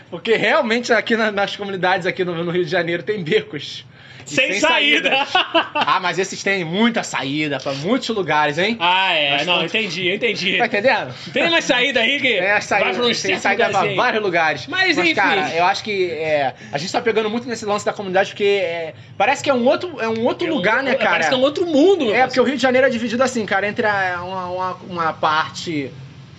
Speaker 2: porque realmente aqui na- nas comunidades aqui no, no Rio de Janeiro tem becos. E
Speaker 1: sem, saída.
Speaker 2: Ah, mas esses têm muita saída pra muitos lugares, hein?
Speaker 1: ah, é,
Speaker 2: Mas
Speaker 1: não,
Speaker 2: conta.
Speaker 1: entendi, eu entendi.
Speaker 2: Tá entendendo?
Speaker 1: Tem uma saída aí que
Speaker 2: É, a saída,
Speaker 1: vai pra um
Speaker 2: tem saída pra vários lugares.
Speaker 1: Mas, enfim.
Speaker 2: cara, eu acho que é, a gente tá pegando muito nesse lance da comunidade, porque é, parece que é um outro, é um outro lugar, né, cara?
Speaker 1: Parece que é um outro mundo. meu
Speaker 2: É, porque
Speaker 1: parceiro.
Speaker 2: o Rio de Janeiro é dividido assim, cara, entre a- uma, uma, uma parte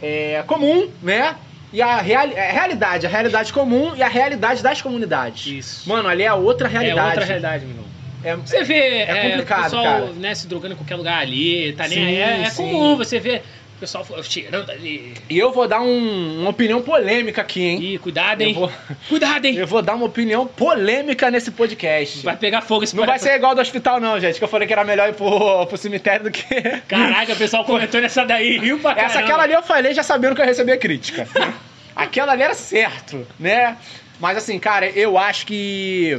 Speaker 2: é, comum, né? E a, reali- a realidade, a realidade comum e a realidade das comunidades.
Speaker 1: Isso.
Speaker 2: Mano, ali é outra
Speaker 1: é outra
Speaker 2: realidade.
Speaker 1: realidade, meu irmão.
Speaker 2: É,
Speaker 1: Você vê
Speaker 2: É complicado,
Speaker 1: o pessoal
Speaker 2: cara.
Speaker 1: Né, se drogando em qualquer lugar ali, tá nem
Speaker 2: Sim,
Speaker 1: aí. É, é
Speaker 2: sim.
Speaker 1: comum você ver o pessoal tirando ali.
Speaker 2: E eu vou dar um- uma opinião polêmica aqui, hein?
Speaker 1: Ih, cuidado,
Speaker 2: Eu
Speaker 1: hein?
Speaker 2: vou,
Speaker 1: Cuidado, hein?
Speaker 2: eu vou dar uma opinião polêmica nesse podcast.
Speaker 1: Vai pegar fogo esse
Speaker 2: Não vai
Speaker 1: cara.
Speaker 2: ser igual do hospital, não, gente. Que eu falei que era melhor ir pro, pro cemitério do que.
Speaker 1: Caraca, o pessoal comentou nessa daí, riu pra
Speaker 2: Essa,
Speaker 1: caramba.
Speaker 2: aquela ali eu falei já sabendo que eu ia receber crítica. aquela ali era certo, né? Mas assim, cara, eu acho que.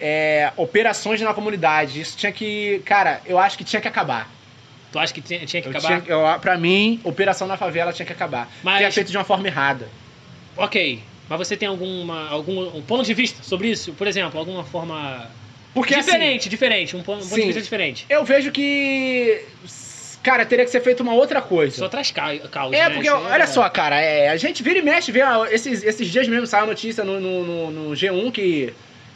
Speaker 2: é, operações na comunidade, isso tinha que. Cara, eu acho que tinha que acabar.
Speaker 1: Tu acha que tinha, tinha que
Speaker 2: Eu
Speaker 1: acabar?
Speaker 2: tinha, eu, pra mim, operação na favela tinha que acabar.
Speaker 1: Mas-
Speaker 2: Mas... Tinha feito de uma forma errada.
Speaker 1: Ok. Mas você tem alguma, algum um ponto de vista sobre isso? Por exemplo, alguma forma.
Speaker 2: Porque assim,
Speaker 1: diferente, diferente. Um pon- um ponto, de
Speaker 2: Sim.
Speaker 1: vista diferente.
Speaker 2: eu vejo que. Cara, teria que ser feito uma outra coisa.
Speaker 1: Só traz ca- causa.
Speaker 2: É,
Speaker 1: né?
Speaker 2: porque,
Speaker 1: Isso aí
Speaker 2: olha só, cara, é, a gente vira e mexe, vê a- esses, esses dias mesmo saiu a notícia no, no- no- no G1 que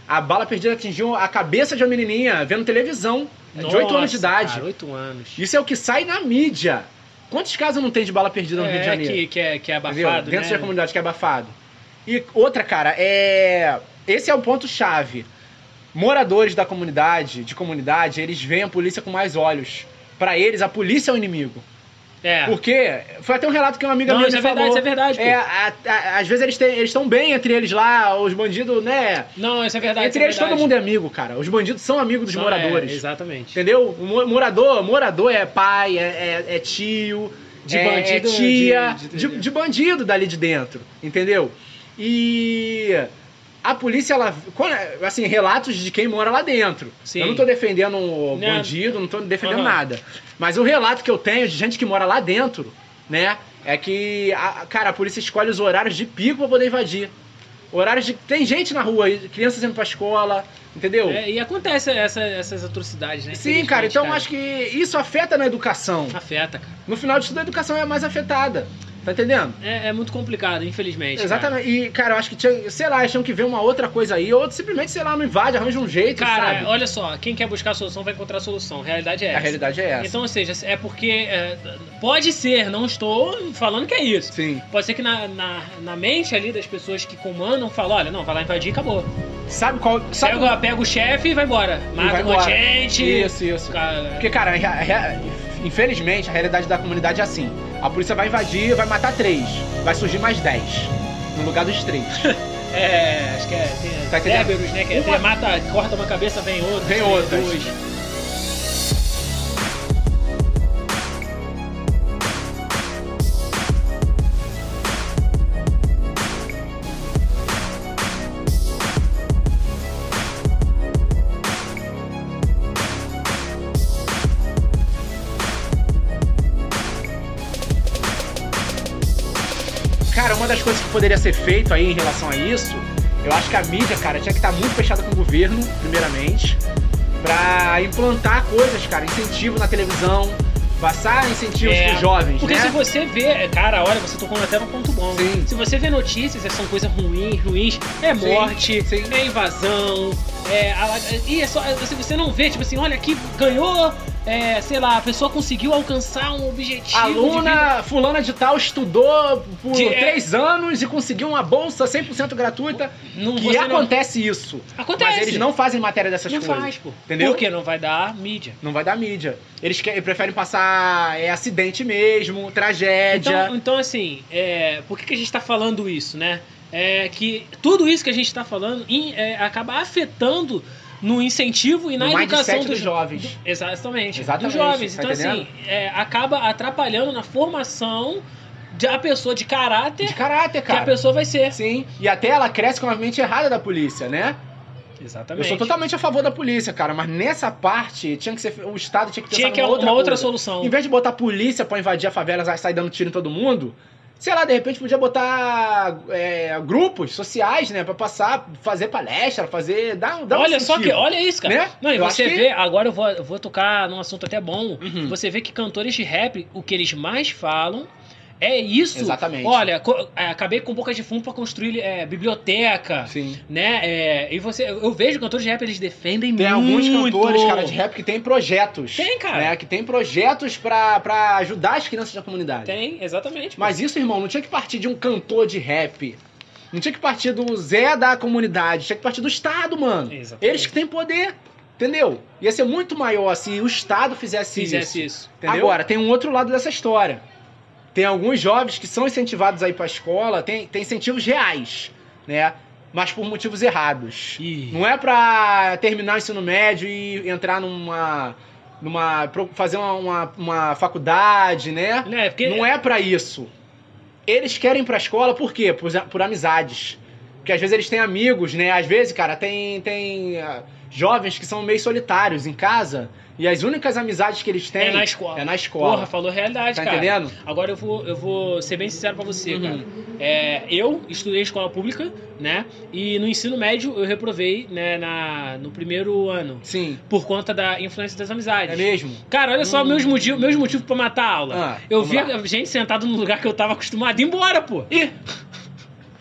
Speaker 2: a bala perdida atingiu a cabeça de uma menininha vendo televisão, de 8 anos
Speaker 1: Nossa,
Speaker 2: de idade.
Speaker 1: Cara, 8 anos.
Speaker 2: Isso é o que sai na mídia. Quantos casos não tem de bala perdida no Rio de
Speaker 1: É,
Speaker 2: Janeiro?
Speaker 1: que, que é, que é
Speaker 2: Entendeu?
Speaker 1: abafado,
Speaker 2: Dentro da
Speaker 1: né?
Speaker 2: comunidade que é abafado. E outra, cara, é. Esse é o ponto-chave. Moradores da comunidade, de comunidade, eles veem a polícia com mais olhos. Pra eles, a polícia é o inimigo.
Speaker 1: É.
Speaker 2: Porque foi até um relato que uma amiga
Speaker 1: Não,
Speaker 2: minha
Speaker 1: isso é
Speaker 2: me falou.
Speaker 1: verdade, isso é verdade. pô.
Speaker 2: É, a- a- às vezes eles têm- eles estão bem entre eles lá, os bandidos, né?
Speaker 1: Não, isso é verdade.
Speaker 2: entre
Speaker 1: isso é
Speaker 2: eles todo
Speaker 1: verdade.
Speaker 2: mundo é amigo, cara. Os bandidos são amigos dos
Speaker 1: Não,
Speaker 2: moradores.
Speaker 1: é, exatamente.
Speaker 2: Entendeu? O mo- morador, morador é pai, é, é- é tio,
Speaker 1: De
Speaker 2: é,
Speaker 1: bandido,
Speaker 2: é tia,
Speaker 1: de-
Speaker 2: de,
Speaker 1: de-
Speaker 2: de bandido dali de dentro, entendeu? E a polícia, ela, quando- assim, relatos de quem mora lá dentro.
Speaker 1: Sim.
Speaker 2: Eu não tô defendendo o
Speaker 1: Né?
Speaker 2: bandido, não tô defendendo
Speaker 1: Aham.
Speaker 2: nada. Mas o relato que eu tenho de gente que mora lá dentro, né, é que, a- cara, a polícia escolhe os horários de pico pra poder invadir. Horários de. Tem gente na rua, aí, crianças indo pra escola, entendeu?
Speaker 1: É, e acontece essa- essas atrocidades, né?
Speaker 2: Sim, cara, então
Speaker 1: acho
Speaker 2: acho que isso afeta na educação.
Speaker 1: Afeta, cara.
Speaker 2: No final de tudo, a educação é a mais afetada. Tá entendendo?
Speaker 1: É, é muito complicado, infelizmente.
Speaker 2: Exatamente. E, cara, eu acho que tinha, sei lá, eles tinham que ver uma outra coisa aí, ou simplesmente, sei lá, não invade, arranja um jeito,
Speaker 1: Cara, Cara,
Speaker 2: sabe?
Speaker 1: olha só, quem quer buscar a solução vai encontrar a solução. A realidade é essa.
Speaker 2: A realidade é essa.
Speaker 1: Então, ou seja, é porque. é, pode ser, não estou falando que é isso.
Speaker 2: Sim.
Speaker 1: Pode ser que na, na, na mente ali das pessoas que comandam, fala, olha, não, vai lá invadir e acabou.
Speaker 2: Sabe qual. Sabe um-
Speaker 1: Pega, pega o chefe e vai embora. Mata
Speaker 2: vai
Speaker 1: um monte de
Speaker 2: embora.
Speaker 1: gente.
Speaker 2: Isso, isso.
Speaker 1: Cara,
Speaker 2: Porque, cara, a rea- infelizmente, a realidade da comunidade é assim. A polícia vai invadir, vai matar três. Vai surgir mais dez. No lugar dos três.
Speaker 1: é, acho que é. Tem
Speaker 2: Tá entendendo?
Speaker 1: Cerberus, né? Que é,
Speaker 2: Uma-
Speaker 1: tem- mata, corta uma cabeça, vem outra.
Speaker 2: Vem
Speaker 1: sai
Speaker 2: outras.
Speaker 1: dois.
Speaker 2: Cara, uma das coisas que poderia ser feito aí em relação a isso, eu acho que a mídia, cara, tinha que estar muito fechada com o governo, primeiramente, pra implantar coisas, cara, incentivo na televisão, passar incentivos
Speaker 1: É,
Speaker 2: pros jovens,
Speaker 1: Porque
Speaker 2: né?
Speaker 1: se você vê, é, cara, olha, você tocou até no ponto bom.
Speaker 2: Sim.
Speaker 1: Se você vê notícias, são coisas ruins, ruins, é
Speaker 2: Sim,
Speaker 1: morte,
Speaker 2: sim.
Speaker 1: é invasão, é. ala- E é só. é, Se você não vê, tipo assim, olha aqui, ganhou, é, sei lá, a pessoa conseguiu alcançar um objetivo. de
Speaker 2: Aluna fulana de tal estudou por
Speaker 1: Que é-
Speaker 2: três anos e conseguiu uma bolsa 100% gratuita.
Speaker 1: vida. Não,
Speaker 2: Que
Speaker 1: você não-
Speaker 2: acontece isso.
Speaker 1: Acontece.
Speaker 2: Mas eles não fazem matéria dessas
Speaker 1: Não
Speaker 2: coisas.
Speaker 1: faz, pô.
Speaker 2: entendeu?
Speaker 1: Porque não vai dar mídia.
Speaker 2: Não vai dar mídia. Eles que- preferem passar é, acidente mesmo, tragédia.
Speaker 1: Então, então assim, é, por que, que a gente tá falando isso, né? É que tudo isso que a gente tá falando em- é, acaba afetando no incentivo e na
Speaker 2: no
Speaker 1: educação
Speaker 2: mindset
Speaker 1: dos,
Speaker 2: dos jovens.
Speaker 1: Exatamente. Dos
Speaker 2: Exatamente,
Speaker 1: jovens.
Speaker 2: tá
Speaker 1: Então, assim, é, acaba atrapalhando na formação da pessoa de caráter
Speaker 2: De caráter,
Speaker 1: que a
Speaker 2: cara.
Speaker 1: pessoa vai ser.
Speaker 2: Sim. E até ela cresce com a mente errada da polícia, né? Eu
Speaker 1: Exatamente.
Speaker 2: sou totalmente a favor da polícia, cara. Mas nessa parte, tinha que ser. O Estado tinha que pensar
Speaker 1: Tinha que é
Speaker 2: numa outra,
Speaker 1: uma outra
Speaker 2: coisa.
Speaker 1: solução.
Speaker 2: Em vez de botar a polícia pra invadir a favela e sair dando tiro em todo mundo, sei lá, de repente podia botar é, grupos sociais, né? Pra passar, fazer palestra, fazer. Dar, dar um
Speaker 1: Olha só que,
Speaker 2: incentivo,
Speaker 1: olha isso, cara.
Speaker 2: Né?
Speaker 1: Não, e
Speaker 2: Eu
Speaker 1: você
Speaker 2: acho que-
Speaker 1: vê, agora eu vou, eu vou tocar num assunto até bom.
Speaker 2: Uhum.
Speaker 1: Você vê que cantores de rap, o que eles mais falam é isso.
Speaker 2: Exatamente.
Speaker 1: Olha, co- é, acabei com boca de fumo pra construir é, biblioteca.
Speaker 2: Sim.
Speaker 1: Né? É, e você, eu vejo cantores de rap, eles defendem
Speaker 2: Tem
Speaker 1: muito.
Speaker 2: alguns cantores, cara, de rap que tem projetos.
Speaker 1: Tem, cara.
Speaker 2: Né, que tem projetos pra, pra ajudar as crianças da comunidade.
Speaker 1: Tem, exatamente.
Speaker 2: Mas isso, irmão, não tinha que partir de um cantor de rap. Não tinha que partir do Zé da comunidade. Tinha que partir do Estado, mano.
Speaker 1: Exatamente.
Speaker 2: Eles que têm poder. Entendeu? Ia ser muito maior se o Estado fizesse,
Speaker 1: fizesse isso.
Speaker 2: isso. Agora, tem um outro lado dessa história. Tem alguns jovens que são incentivados a ir pra escola, tem, tem incentivos reais, né? Mas por motivos errados.
Speaker 1: Ih,
Speaker 2: Não é pra terminar o ensino médio e entrar numa. numa. pro- fazer uma- uma, uma faculdade, né?
Speaker 1: né? Porque
Speaker 2: Não é pra isso. Eles querem ir pra escola por quê? Por, por amizades. Porque às vezes eles têm amigos, né? Às vezes, cara, tem, tem ah, jovens que são meio solitários em casa e as únicas amizades que eles têm
Speaker 1: é na escola.
Speaker 2: é na
Speaker 1: Porra,
Speaker 2: escola.
Speaker 1: falou realidade,
Speaker 2: tá
Speaker 1: cara.
Speaker 2: entendendo?
Speaker 1: Agora eu vou, eu vou ser bem sincero pra você,
Speaker 2: Uhum.
Speaker 1: cara. É, eu estudei escola pública, né? E no ensino médio eu reprovei, né, na, no primeiro ano.
Speaker 2: Sim.
Speaker 1: Por conta da influência das amizades.
Speaker 2: É mesmo?
Speaker 1: Cara, olha só
Speaker 2: Hum.
Speaker 1: meus motivos, meus motivos pra matar a aula.
Speaker 2: Ah,
Speaker 1: eu
Speaker 2: vamos
Speaker 1: via
Speaker 2: lá.
Speaker 1: gente sentada no lugar que eu tava acostumado a ir embora, pô.
Speaker 2: Ih!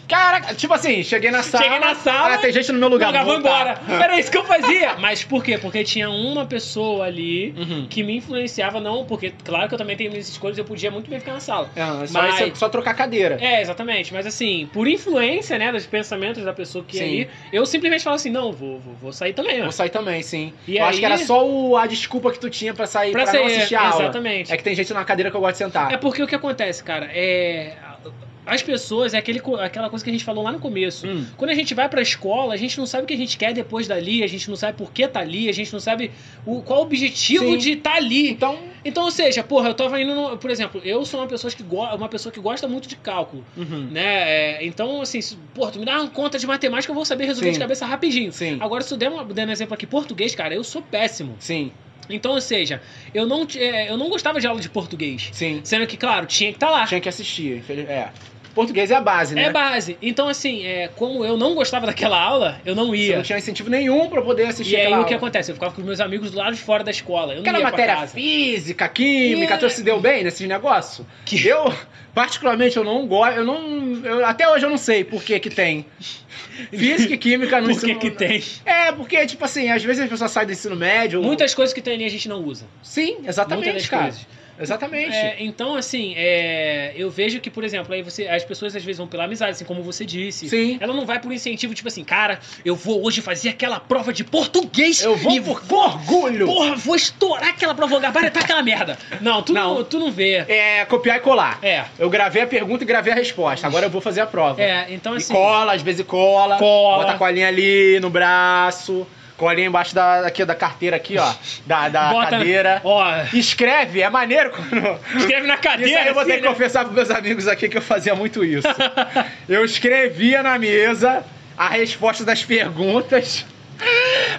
Speaker 2: Caraca, tipo assim, cheguei na sala.
Speaker 1: Cheguei na sala.
Speaker 2: Ah, tem gente no meu lugar.
Speaker 1: Jogar, vou
Speaker 2: vou voltar.
Speaker 1: embora. Era isso que eu fazia. Mas por quê? Porque tinha uma pessoa ali
Speaker 2: Uhum.
Speaker 1: que me influenciava, não, porque claro que eu também tenho minhas escolhas, eu podia muito bem ficar na sala.
Speaker 2: É, só,
Speaker 1: Mas-
Speaker 2: isso- só trocar cadeira.
Speaker 1: É, exatamente. Mas assim, por influência, né, dos pensamentos da pessoa que ia
Speaker 2: Sim.
Speaker 1: ali, eu simplesmente falo assim, não, vou, vou, vou sair também, ó.
Speaker 2: Vou sair também, sim.
Speaker 1: E
Speaker 2: eu
Speaker 1: aí-
Speaker 2: acho que era só o- a desculpa que tu tinha pra sair, pra, não assistir a aula.
Speaker 1: Exatamente.
Speaker 2: É que tem gente na cadeira que eu gosto de sentar.
Speaker 1: É porque o que acontece, cara, é. As pessoas, é aquele, co- aquela coisa que a gente falou lá no começo.
Speaker 2: Hum.
Speaker 1: Quando a gente vai pra escola, a gente não sabe o que a gente quer depois dali, a gente não sabe por que tá ali, a gente não sabe o, qual o objetivo
Speaker 2: Sim.
Speaker 1: de tá ali.
Speaker 2: Então,
Speaker 1: Então, ou seja, porra, eu tava indo. no- por exemplo, eu sou uma pessoa que, go- uma pessoa que gosta muito de cálculo,
Speaker 2: uhum.
Speaker 1: né? É, então, assim, se- porra, tu me dá uma conta de matemática, eu vou saber resolver
Speaker 2: Sim.
Speaker 1: de cabeça rapidinho.
Speaker 2: sim,
Speaker 1: Agora, se eu der, uma, dando exemplo aqui, português, cara, eu sou péssimo.
Speaker 2: sim,
Speaker 1: Então, ou seja, eu não, t- é, eu não gostava de aula de português.
Speaker 2: sim.
Speaker 1: Sendo que, claro, tinha que estar lá.
Speaker 2: Tinha que assistir. infeliz- É. Português é a base, né?
Speaker 1: É base. Então, assim, é, como eu não gostava daquela aula, eu não
Speaker 2: Você
Speaker 1: ia.
Speaker 2: não tinha incentivo nenhum pra poder assistir
Speaker 1: é. E aí
Speaker 2: aquela
Speaker 1: o que
Speaker 2: aula.
Speaker 1: acontece? Eu ficava com meus amigos do lado de fora da escola. Eu não
Speaker 2: Aquela
Speaker 1: ia
Speaker 2: matéria
Speaker 1: pra casa.
Speaker 2: física, química,
Speaker 1: E-
Speaker 2: tu se deu bem nesses negócios?
Speaker 1: Que-
Speaker 2: Eu, particularmente, eu não gosto, eu não... eu- até hoje eu não sei por que que tem. Física e química no
Speaker 1: Por que
Speaker 2: ensino...
Speaker 1: que tem?
Speaker 2: É, porque, tipo assim, às vezes as pessoas saem do ensino médio...
Speaker 1: Muitas coisas que tem ali a gente não usa.
Speaker 2: Sim,
Speaker 1: Muitas
Speaker 2: exatamente,
Speaker 1: das
Speaker 2: cara.
Speaker 1: coisas.
Speaker 2: Exatamente.
Speaker 1: É, então, assim, é, eu vejo que, por exemplo, aí você, as pessoas às vezes vão pela amizade, assim como você disse.
Speaker 2: Sim.
Speaker 1: Ela não vai por incentivo, tipo assim, cara, eu vou hoje fazer aquela prova de português
Speaker 2: Eu vou
Speaker 1: e
Speaker 2: por orgulho.
Speaker 1: Porra, vou estourar aquela prova, vou gabaritar aquela merda. Não, tu não,
Speaker 2: Não.
Speaker 1: tu não vê.
Speaker 2: É, copiar e colar.
Speaker 1: É.
Speaker 2: Eu gravei a pergunta e gravei a resposta. Agora eu vou fazer a prova.
Speaker 1: É, então assim.
Speaker 2: E cola, às vezes cola.
Speaker 1: Cola.
Speaker 2: Bota a colinha ali no braço. Colinha embaixo da, aqui, da carteira aqui, ó. Da, da
Speaker 1: Bota-
Speaker 2: cadeira.
Speaker 1: Ó,
Speaker 2: Escreve, é maneiro quando...
Speaker 1: escreve na cadeira.
Speaker 2: Isso aí eu vou ter
Speaker 1: assim,
Speaker 2: que confessar pros meus amigos aqui que eu fazia muito isso. eu escrevia na mesa a resposta das perguntas.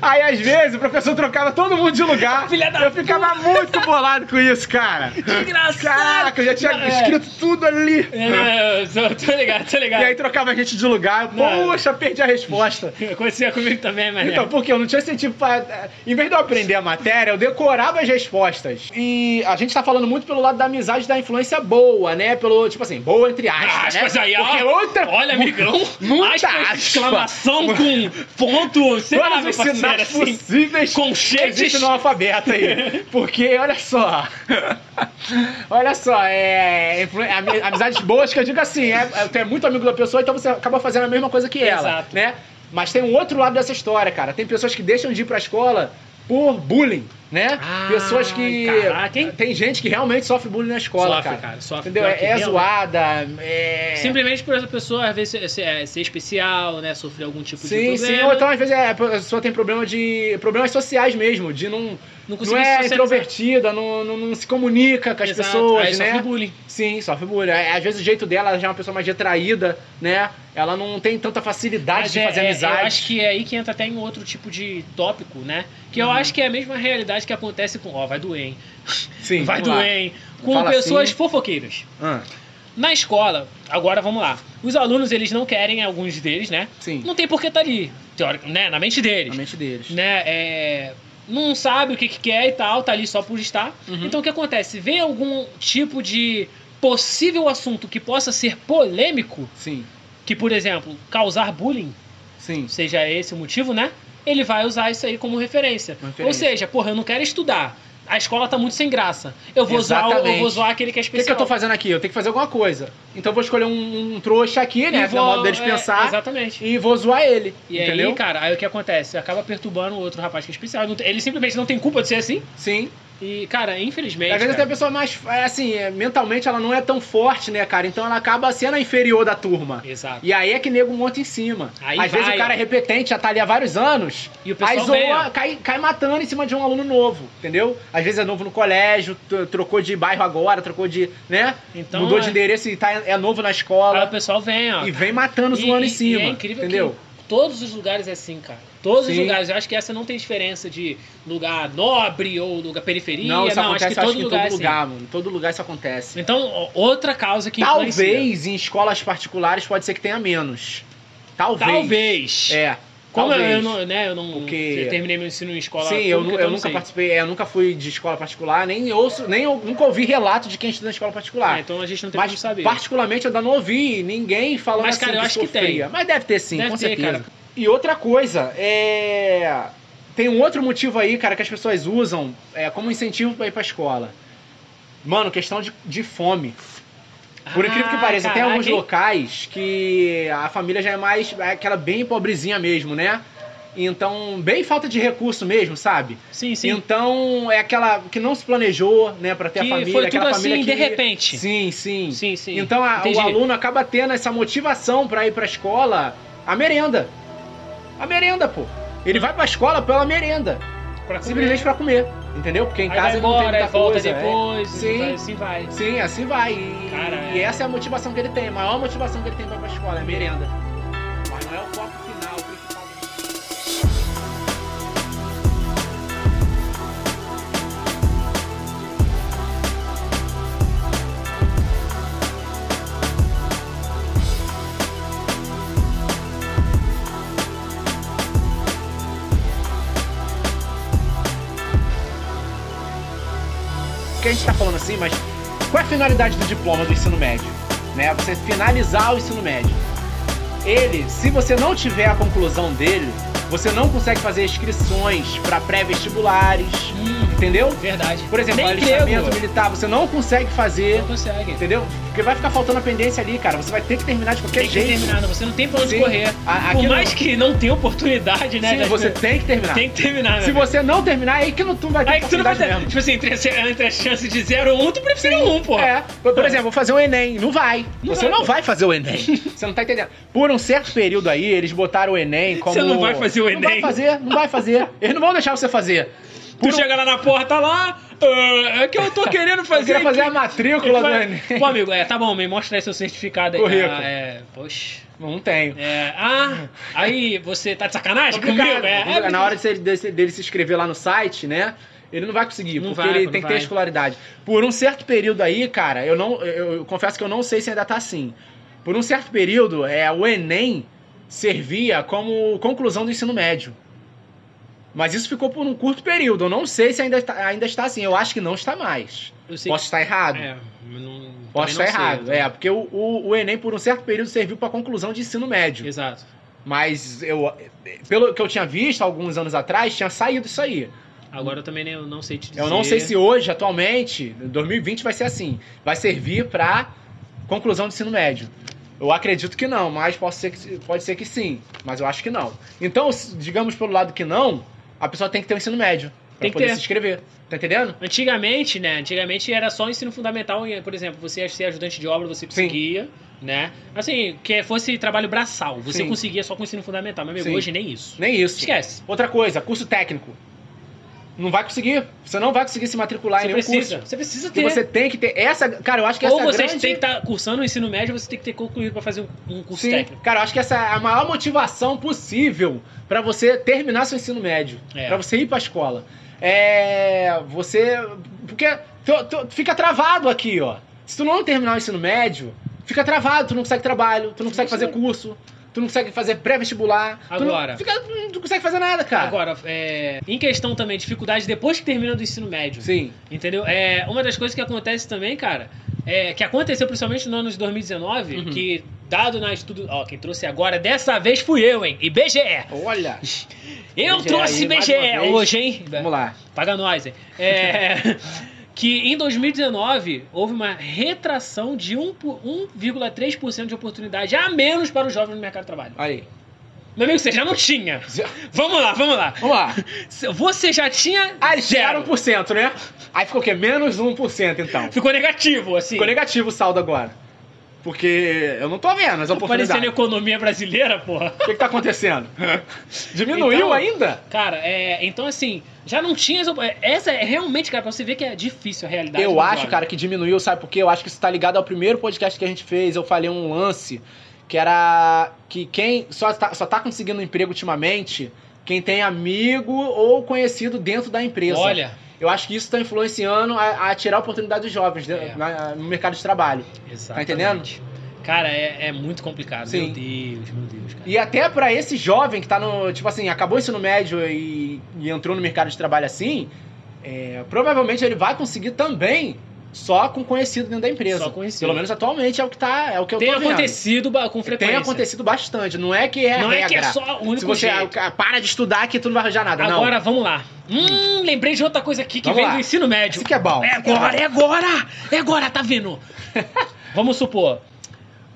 Speaker 2: Aí, às vezes, o professor trocava todo mundo de lugar.
Speaker 1: Filha da
Speaker 2: eu ficava muito bolado com isso, cara.
Speaker 1: Que engraçado.
Speaker 2: Caraca, eu já tinha
Speaker 1: Não, é.
Speaker 2: escrito tudo ali.
Speaker 1: É, eu sou- tô ligado, tô ligado.
Speaker 2: E aí trocava a gente de lugar.
Speaker 1: Não.
Speaker 2: Poxa, perdi a resposta.
Speaker 1: Acontecia comigo também, mas. é.
Speaker 2: Então, porque eu não tinha incentivo pra. Em vez de eu aprender a matéria, eu decorava as respostas. E a gente tá falando muito pelo lado da amizade da influência boa, né? Pelo, tipo assim, boa entre aspas.
Speaker 1: Aspas
Speaker 2: né?
Speaker 1: Ah, aí,
Speaker 2: porque
Speaker 1: ó.
Speaker 2: outra.
Speaker 1: Olha, amigão.
Speaker 2: muita
Speaker 1: aspas,
Speaker 2: aspa.
Speaker 1: exclamação com ponto, sei lá,
Speaker 2: Todos
Speaker 1: meu
Speaker 2: os
Speaker 1: parceiro,
Speaker 2: sinais
Speaker 1: assim.
Speaker 2: possíveis
Speaker 1: Conchetes.
Speaker 2: existe no alfabeto aí. Porque, olha só. olha só, é. influ- ami- Amizades boas que eu digo assim, é, é, tu é muito amigo da pessoa, então você acaba fazendo a mesma coisa que ela.
Speaker 1: Exato.
Speaker 2: né? Mas tem um outro lado dessa história, cara. Tem pessoas que deixam de ir pra escola por bullying, né?
Speaker 1: Ah,
Speaker 2: pessoas que.
Speaker 1: caraca, hein?
Speaker 2: Tem gente que realmente sofre bullying na escola,
Speaker 1: sofre,
Speaker 2: cara.
Speaker 1: cara. Sofre.
Speaker 2: Entendeu?
Speaker 1: pior que
Speaker 2: É, é
Speaker 1: eu.
Speaker 2: zoada, é.
Speaker 1: Simplesmente por essa pessoa, às vezes, ser, ser- ser especial, né? Sofrer algum tipo
Speaker 2: Sim,
Speaker 1: de problema.
Speaker 2: sim. Ou então, às vezes, é, a pessoa tem problema de. problemas sociais mesmo, de não.
Speaker 1: não
Speaker 2: não
Speaker 1: conseguir
Speaker 2: é
Speaker 1: socializar.
Speaker 2: introvertida, não, não, não se comunica com as
Speaker 1: Exato.
Speaker 2: pessoas,
Speaker 1: aí
Speaker 2: né?
Speaker 1: sofre bullying.
Speaker 2: Sim, sofre bullying. É, Às vezes o jeito dela ela já é uma pessoa mais retraída, né? Ela não tem tanta facilidade
Speaker 1: Mas
Speaker 2: de
Speaker 1: é-
Speaker 2: fazer
Speaker 1: é-
Speaker 2: amizade.
Speaker 1: Eu acho que é aí que entra até em outro tipo de tópico, né? Que eu
Speaker 2: Uhum.
Speaker 1: acho que é a mesma realidade que acontece com. Ó, vai doer, hein?
Speaker 2: Sim,
Speaker 1: vai
Speaker 2: vamos lá.
Speaker 1: doer, hein? Com
Speaker 2: Fala
Speaker 1: pessoas
Speaker 2: assim.
Speaker 1: fofoqueiras.
Speaker 2: Ah,
Speaker 1: Na escola, agora vamos lá. Os alunos, eles não querem, alguns deles, né?
Speaker 2: sim,
Speaker 1: Não tem por que tá ali, teórico, né? Na mente
Speaker 2: na
Speaker 1: deles.
Speaker 2: mente deles.
Speaker 1: Né? É, Não sabe o que, que quer e tal, tá ali só por estar.
Speaker 2: Uhum.
Speaker 1: Então o que acontece? Vê algum tipo de possível assunto que possa ser polêmico,
Speaker 2: Sim,
Speaker 1: que, por exemplo, causar bullying,
Speaker 2: sim.
Speaker 1: seja esse o motivo, né? Ele vai usar isso aí como referência.
Speaker 2: Uma
Speaker 1: Ou
Speaker 2: referência.
Speaker 1: seja, porra, eu não quero estudar. A escola tá muito sem graça. Eu vou, zoar, o- eu
Speaker 2: Exatamente.
Speaker 1: vou zoar aquele que é
Speaker 2: O que,
Speaker 1: especial.
Speaker 2: que eu tô fazendo aqui? Eu tenho que fazer alguma coisa. Então eu vou escolher um, um trouxa aqui, né? Vou, modo deles
Speaker 1: é,
Speaker 2: pensar.
Speaker 1: Exatamente.
Speaker 2: E vou zoar ele.
Speaker 1: E
Speaker 2: entendeu?
Speaker 1: aí, cara, aí o que acontece? Acaba perturbando o outro rapaz que é especial. Não tem- Ele simplesmente não tem culpa de ser assim.
Speaker 2: Sim.
Speaker 1: E, cara, infelizmente.
Speaker 2: Às vezes até a
Speaker 1: cara,
Speaker 2: pessoa mais. é Assim, é, mentalmente ela não é tão forte, né, cara? Então ela acaba sendo a inferior da turma.
Speaker 1: Exato.
Speaker 2: E aí é que nego monta em cima.
Speaker 1: Aí
Speaker 2: Às
Speaker 1: vai,
Speaker 2: vezes o cara
Speaker 1: ó.
Speaker 2: é repetente, já tá ali há vários anos.
Speaker 1: E o pessoal
Speaker 2: Aí
Speaker 1: vem,
Speaker 2: zoa,
Speaker 1: ó.
Speaker 2: cai, cai matando em cima de um aluno novo, entendeu? Às vezes é novo no colégio, tro- trocou de bairro agora, trocou de. né?
Speaker 1: Então,
Speaker 2: Mudou
Speaker 1: é-
Speaker 2: de endereço e tá, é novo na
Speaker 1: Aí o
Speaker 2: escola.
Speaker 1: pessoal vem, ó.
Speaker 2: E vem matando, zoando
Speaker 1: tá." E-
Speaker 2: em
Speaker 1: e-
Speaker 2: cima.
Speaker 1: e é incrível
Speaker 2: entendeu?
Speaker 1: que todos os lugares é assim, cara. Todos os
Speaker 2: Sim.
Speaker 1: lugares. Eu acho que essa não tem diferença de lugar nobre ou lugar periferia.
Speaker 2: Não,
Speaker 1: acho que
Speaker 2: isso acontece,
Speaker 1: todo
Speaker 2: acho que em
Speaker 1: lugar é
Speaker 2: todo
Speaker 1: assim.
Speaker 2: lugar, mano. Em todo lugar isso acontece.
Speaker 1: Então, ó, outra causa que influencia.
Speaker 2: Talvez em escolas particulares pode ser que tenha menos. Talvez.
Speaker 1: Talvez.
Speaker 2: É.
Speaker 1: Como eu,
Speaker 2: Talvez.
Speaker 1: eu não, né, eu não
Speaker 2: Porque-
Speaker 1: eu terminei meu ensino em escola
Speaker 2: Sim,
Speaker 1: pública,
Speaker 2: eu, nu-
Speaker 1: então
Speaker 2: eu nunca
Speaker 1: sei.
Speaker 2: participei, é, eu nunca fui de escola particular, nem ouço, nem eu- nunca ouvi relato de quem estuda em escola particular.
Speaker 1: É, então a gente não tem
Speaker 2: Mas
Speaker 1: como saber.
Speaker 2: particularmente eu ainda não ouvi ninguém falando
Speaker 1: Mas,
Speaker 2: assim
Speaker 1: cara, eu
Speaker 2: que
Speaker 1: acho que
Speaker 2: sofria.
Speaker 1: tem.
Speaker 2: Mas deve ter sim,
Speaker 1: Deve
Speaker 2: com
Speaker 1: ter,
Speaker 2: certeza.
Speaker 1: cara.
Speaker 2: E outra coisa, é... tem um outro motivo aí, cara, que as pessoas usam é, como incentivo pra ir pra escola. Mano, questão de, de fome. Por incrível que
Speaker 1: Ah,
Speaker 2: pareça, tem
Speaker 1: caraca,
Speaker 2: alguns
Speaker 1: hein?
Speaker 2: locais que a família já é mais é aquela bem pobrezinha mesmo, né? Então, bem falta de recurso mesmo, sabe?
Speaker 1: Sim, sim.
Speaker 2: Então, é aquela que não se planejou, né, pra ter
Speaker 1: que
Speaker 2: a família,
Speaker 1: foi tudo
Speaker 2: aquela
Speaker 1: assim
Speaker 2: família que
Speaker 1: de repente.
Speaker 2: Sim, sim.
Speaker 1: Sim, sim.
Speaker 2: Então a-
Speaker 1: Entendi.
Speaker 2: o aluno acaba tendo essa motivação pra ir pra escola, a merenda. A merenda, pô. Ele vai pra escola pela merenda,
Speaker 1: Pra
Speaker 2: simplesmente pra comer, entendeu? Porque
Speaker 1: comer.
Speaker 2: em
Speaker 1: Aí vai
Speaker 2: casa ele não tem
Speaker 1: embora,
Speaker 2: muita
Speaker 1: aí volta
Speaker 2: coisa. é.
Speaker 1: depois,
Speaker 2: Sim.
Speaker 1: vai- assim vai.
Speaker 2: Sim, assim vai. E,
Speaker 1: Cara,
Speaker 2: e
Speaker 1: é.
Speaker 2: essa é a motivação que ele tem, a maior motivação que ele tem pra ir pra escola, é a merenda. Mas não é o foco final, o principal. que a gente tá falando assim, mas qual é a finalidade do diploma do ensino médio? Né? Você finalizar o ensino médio. Ele, se você não tiver a conclusão dele, você não consegue fazer inscrições para pré-vestibulares,
Speaker 1: Hum,
Speaker 2: entendeu?
Speaker 1: verdade.
Speaker 2: Por exemplo,
Speaker 1: Nem
Speaker 2: alistamento
Speaker 1: grego.
Speaker 2: militar, você não consegue fazer,
Speaker 1: Não consegue.
Speaker 2: entendeu? Porque vai ficar faltando a pendência ali, cara. Você vai ter que terminar de qualquer
Speaker 1: Tem que
Speaker 2: jeito.
Speaker 1: terminar, não. você não tem pra onde
Speaker 2: Sim.
Speaker 1: correr.
Speaker 2: A-
Speaker 1: Por
Speaker 2: aquilo-
Speaker 1: mais que não tenha oportunidade, né?
Speaker 2: Sim,
Speaker 1: das-
Speaker 2: você tem que terminar.
Speaker 1: tem que terminar, né?
Speaker 2: Se você não terminar, é aí que não tu vai ter
Speaker 1: Aí que tu não vai
Speaker 2: oportunidade
Speaker 1: ter.
Speaker 2: mesmo.
Speaker 1: Tipo assim, entre, a- entre a chance de 0 ou 1, tu prefere 1, um, pô.
Speaker 2: É, por, por exemplo, vou fazer o Enem. Não vai.
Speaker 1: Não
Speaker 2: você
Speaker 1: vai,
Speaker 2: não
Speaker 1: pô.
Speaker 2: vai fazer o Enem. Você não tá entendendo. Por um certo período aí, eles botaram o Enem como.
Speaker 1: Você não vai fazer o
Speaker 2: Não vai
Speaker 1: Enem.
Speaker 2: fazer, não vai fazer. Eles não vão deixar você fazer.
Speaker 1: Tu
Speaker 2: Por um-
Speaker 1: chega lá na porta tá lá, "Ah, é que eu tô querendo
Speaker 2: Eu
Speaker 1: fazer.
Speaker 2: queria fazer a
Speaker 1: aqui."
Speaker 2: matrícula do Enem.
Speaker 1: Pô, amigo, é, tá bom, me mostra aí seu certificado aí.
Speaker 2: Currículo.
Speaker 1: Ah, é, poxa.
Speaker 2: Não tenho.
Speaker 1: É, ah, aí você tá de sacanagem comigo?
Speaker 2: Complicado.
Speaker 1: É, é,
Speaker 2: Na hora de se- de- dele se inscrever lá no site, né? Ele não vai conseguir,
Speaker 1: Não
Speaker 2: porque
Speaker 1: vai,
Speaker 2: ele
Speaker 1: não
Speaker 2: tem que
Speaker 1: vai.
Speaker 2: ter escolaridade. Por um certo período aí, cara, eu não. Eu, eu confesso que eu não sei se ainda tá assim. Por um certo período, é, o Enem servia como conclusão do ensino médio. Mas isso ficou por um curto período. Eu não sei se ainda está, ainda está assim. Eu acho que não está mais.
Speaker 1: Eu sei
Speaker 2: Posso estar errado.
Speaker 1: É, não,
Speaker 2: Posso estar
Speaker 1: também não
Speaker 2: errado.
Speaker 1: sei. né?
Speaker 2: É, porque o, o- o Enem, por um certo período, serviu para conclusão de ensino médio.
Speaker 1: Exato.
Speaker 2: Mas eu, pelo que eu tinha visto alguns anos atrás, tinha saído isso aí.
Speaker 1: Agora eu também nem- eu não sei te dizer.
Speaker 2: Eu não sei se hoje, atualmente, 2020 vai ser assim. Vai servir pra conclusão do ensino médio. Eu acredito que não, mas pode ser que, pode ser que sim. Mas eu acho que não. Então, s- digamos pelo lado que não, a pessoa tem que ter o ensino médio pra
Speaker 1: Tem que
Speaker 2: poder
Speaker 1: ter.
Speaker 2: se inscrever. Tá entendendo?
Speaker 1: Antigamente, né? Antigamente era só o ensino fundamental, e, por exemplo, você ia ser ajudante de obra, você conseguia, né? Assim, que fosse trabalho braçal, você
Speaker 2: Sim.
Speaker 1: conseguia só com o ensino fundamental, mas amigo,
Speaker 2: Sim.
Speaker 1: hoje nem isso.
Speaker 2: Nem isso.
Speaker 1: Esquece.
Speaker 2: Outra coisa, curso técnico. Não vai conseguir. Você não vai conseguir se matricular
Speaker 1: Você
Speaker 2: em nenhum
Speaker 1: precisa,
Speaker 2: curso. Tipo
Speaker 1: você precisa
Speaker 2: Porque
Speaker 1: ter.
Speaker 2: você tem que ter essa, cara, eu acho que
Speaker 1: Ou
Speaker 2: essa é
Speaker 1: você
Speaker 2: grande...
Speaker 1: tem que estar cursando o ensino médio, você tem que ter concluído pra fazer um, um curso
Speaker 2: Sim,
Speaker 1: técnico.
Speaker 2: cara, eu acho que essa é a maior motivação possível pra você terminar seu ensino médio,
Speaker 1: É.
Speaker 2: Pra você ir pra escola. É, você porque tu, tu fica travado aqui, ó. Se tu não terminar o ensino médio, fica travado, tu não consegue trabalho, tu não consegue fazer curso, tu não consegue fazer pré-vestibular, tu não-
Speaker 1: Agora.
Speaker 2: fica- tu não consegue fazer nada, cara.
Speaker 1: Agora, é, em questão também, dificuldade depois que termina do ensino médio.
Speaker 2: Sim.
Speaker 1: Entendeu? É, uma das coisas que acontece também, cara, é, que aconteceu principalmente no ano de 2019,
Speaker 2: Uhum.
Speaker 1: que dado na estudo. Ó, quem trouxe agora, dessa vez fui eu, hein? IBGE.
Speaker 2: Olha,
Speaker 1: Eu
Speaker 2: IBGE
Speaker 1: trouxe
Speaker 2: aí, mais
Speaker 1: IBGE
Speaker 2: uma vez.
Speaker 1: hoje, hein?
Speaker 2: vamos lá.
Speaker 1: Paga nós, hein? É, que em 2019 houve uma retração de 1 por- 1,3% de oportunidade a menos para os jovens no mercado de trabalho.
Speaker 2: Aí.
Speaker 1: Meu amigo, você já não tinha.
Speaker 2: Já-
Speaker 1: Vamos lá, vamos lá.
Speaker 2: Vamos lá.
Speaker 1: Você já tinha.
Speaker 2: Aí
Speaker 1: zero.
Speaker 2: zero 1%, né? Aí ficou o quê? Menos 1% então.
Speaker 1: Ficou negativo, assim.
Speaker 2: Ficou negativo o saldo agora. Porque eu não tô vendo as
Speaker 1: Parecendo
Speaker 2: oportunidades.
Speaker 1: economia brasileira, porra.
Speaker 2: O que, que tá acontecendo? Diminuiu
Speaker 1: Então-
Speaker 2: ainda?
Speaker 1: Cara, é, então assim, já não tinha. essa- Essa é realmente, cara, pra você ver que é difícil a realidade.
Speaker 2: Eu
Speaker 1: do
Speaker 2: acho,
Speaker 1: jovem.
Speaker 2: cara, que diminuiu, sabe por quê? Eu acho que isso tá ligado ao primeiro podcast que a gente fez. Eu falei um lance que era que quem só tá, só tá conseguindo emprego ultimamente, quem tem amigo ou conhecido dentro da empresa.
Speaker 1: Olha,
Speaker 2: Eu acho que isso tá influenciando a, a tirar a oportunidade dos jovens né,
Speaker 1: É.
Speaker 2: na- no mercado de trabalho.
Speaker 1: exatamente.
Speaker 2: Tá entendendo?
Speaker 1: Cara, é, é muito complicado.
Speaker 2: Sim.
Speaker 1: Meu Deus, meu Deus, cara.
Speaker 2: E até pra esse jovem que tá no. Tipo assim, acabou o ensino médio e, e entrou no mercado de trabalho assim, é, provavelmente ele vai conseguir também só com conhecido dentro da empresa.
Speaker 1: Só conhecido.
Speaker 2: Pelo menos atualmente é o que tá. É o que eu
Speaker 1: Tem
Speaker 2: tô vendo.
Speaker 1: acontecido ba- com frequência.
Speaker 2: Tem acontecido bastante. Não é que é.
Speaker 1: Não é que é
Speaker 2: regra.
Speaker 1: só o único
Speaker 2: Se você
Speaker 1: jeito.
Speaker 2: ah, para de estudar que tu não vai arranjar nada. não. Então
Speaker 1: Agora, vamos lá. Hum, lembrei de outra coisa aqui que
Speaker 2: Vamos
Speaker 1: vem
Speaker 2: lá.
Speaker 1: do ensino médio.
Speaker 2: Isso que é bom.
Speaker 1: É agora, é agora! É agora, tá vendo? Vamos supor.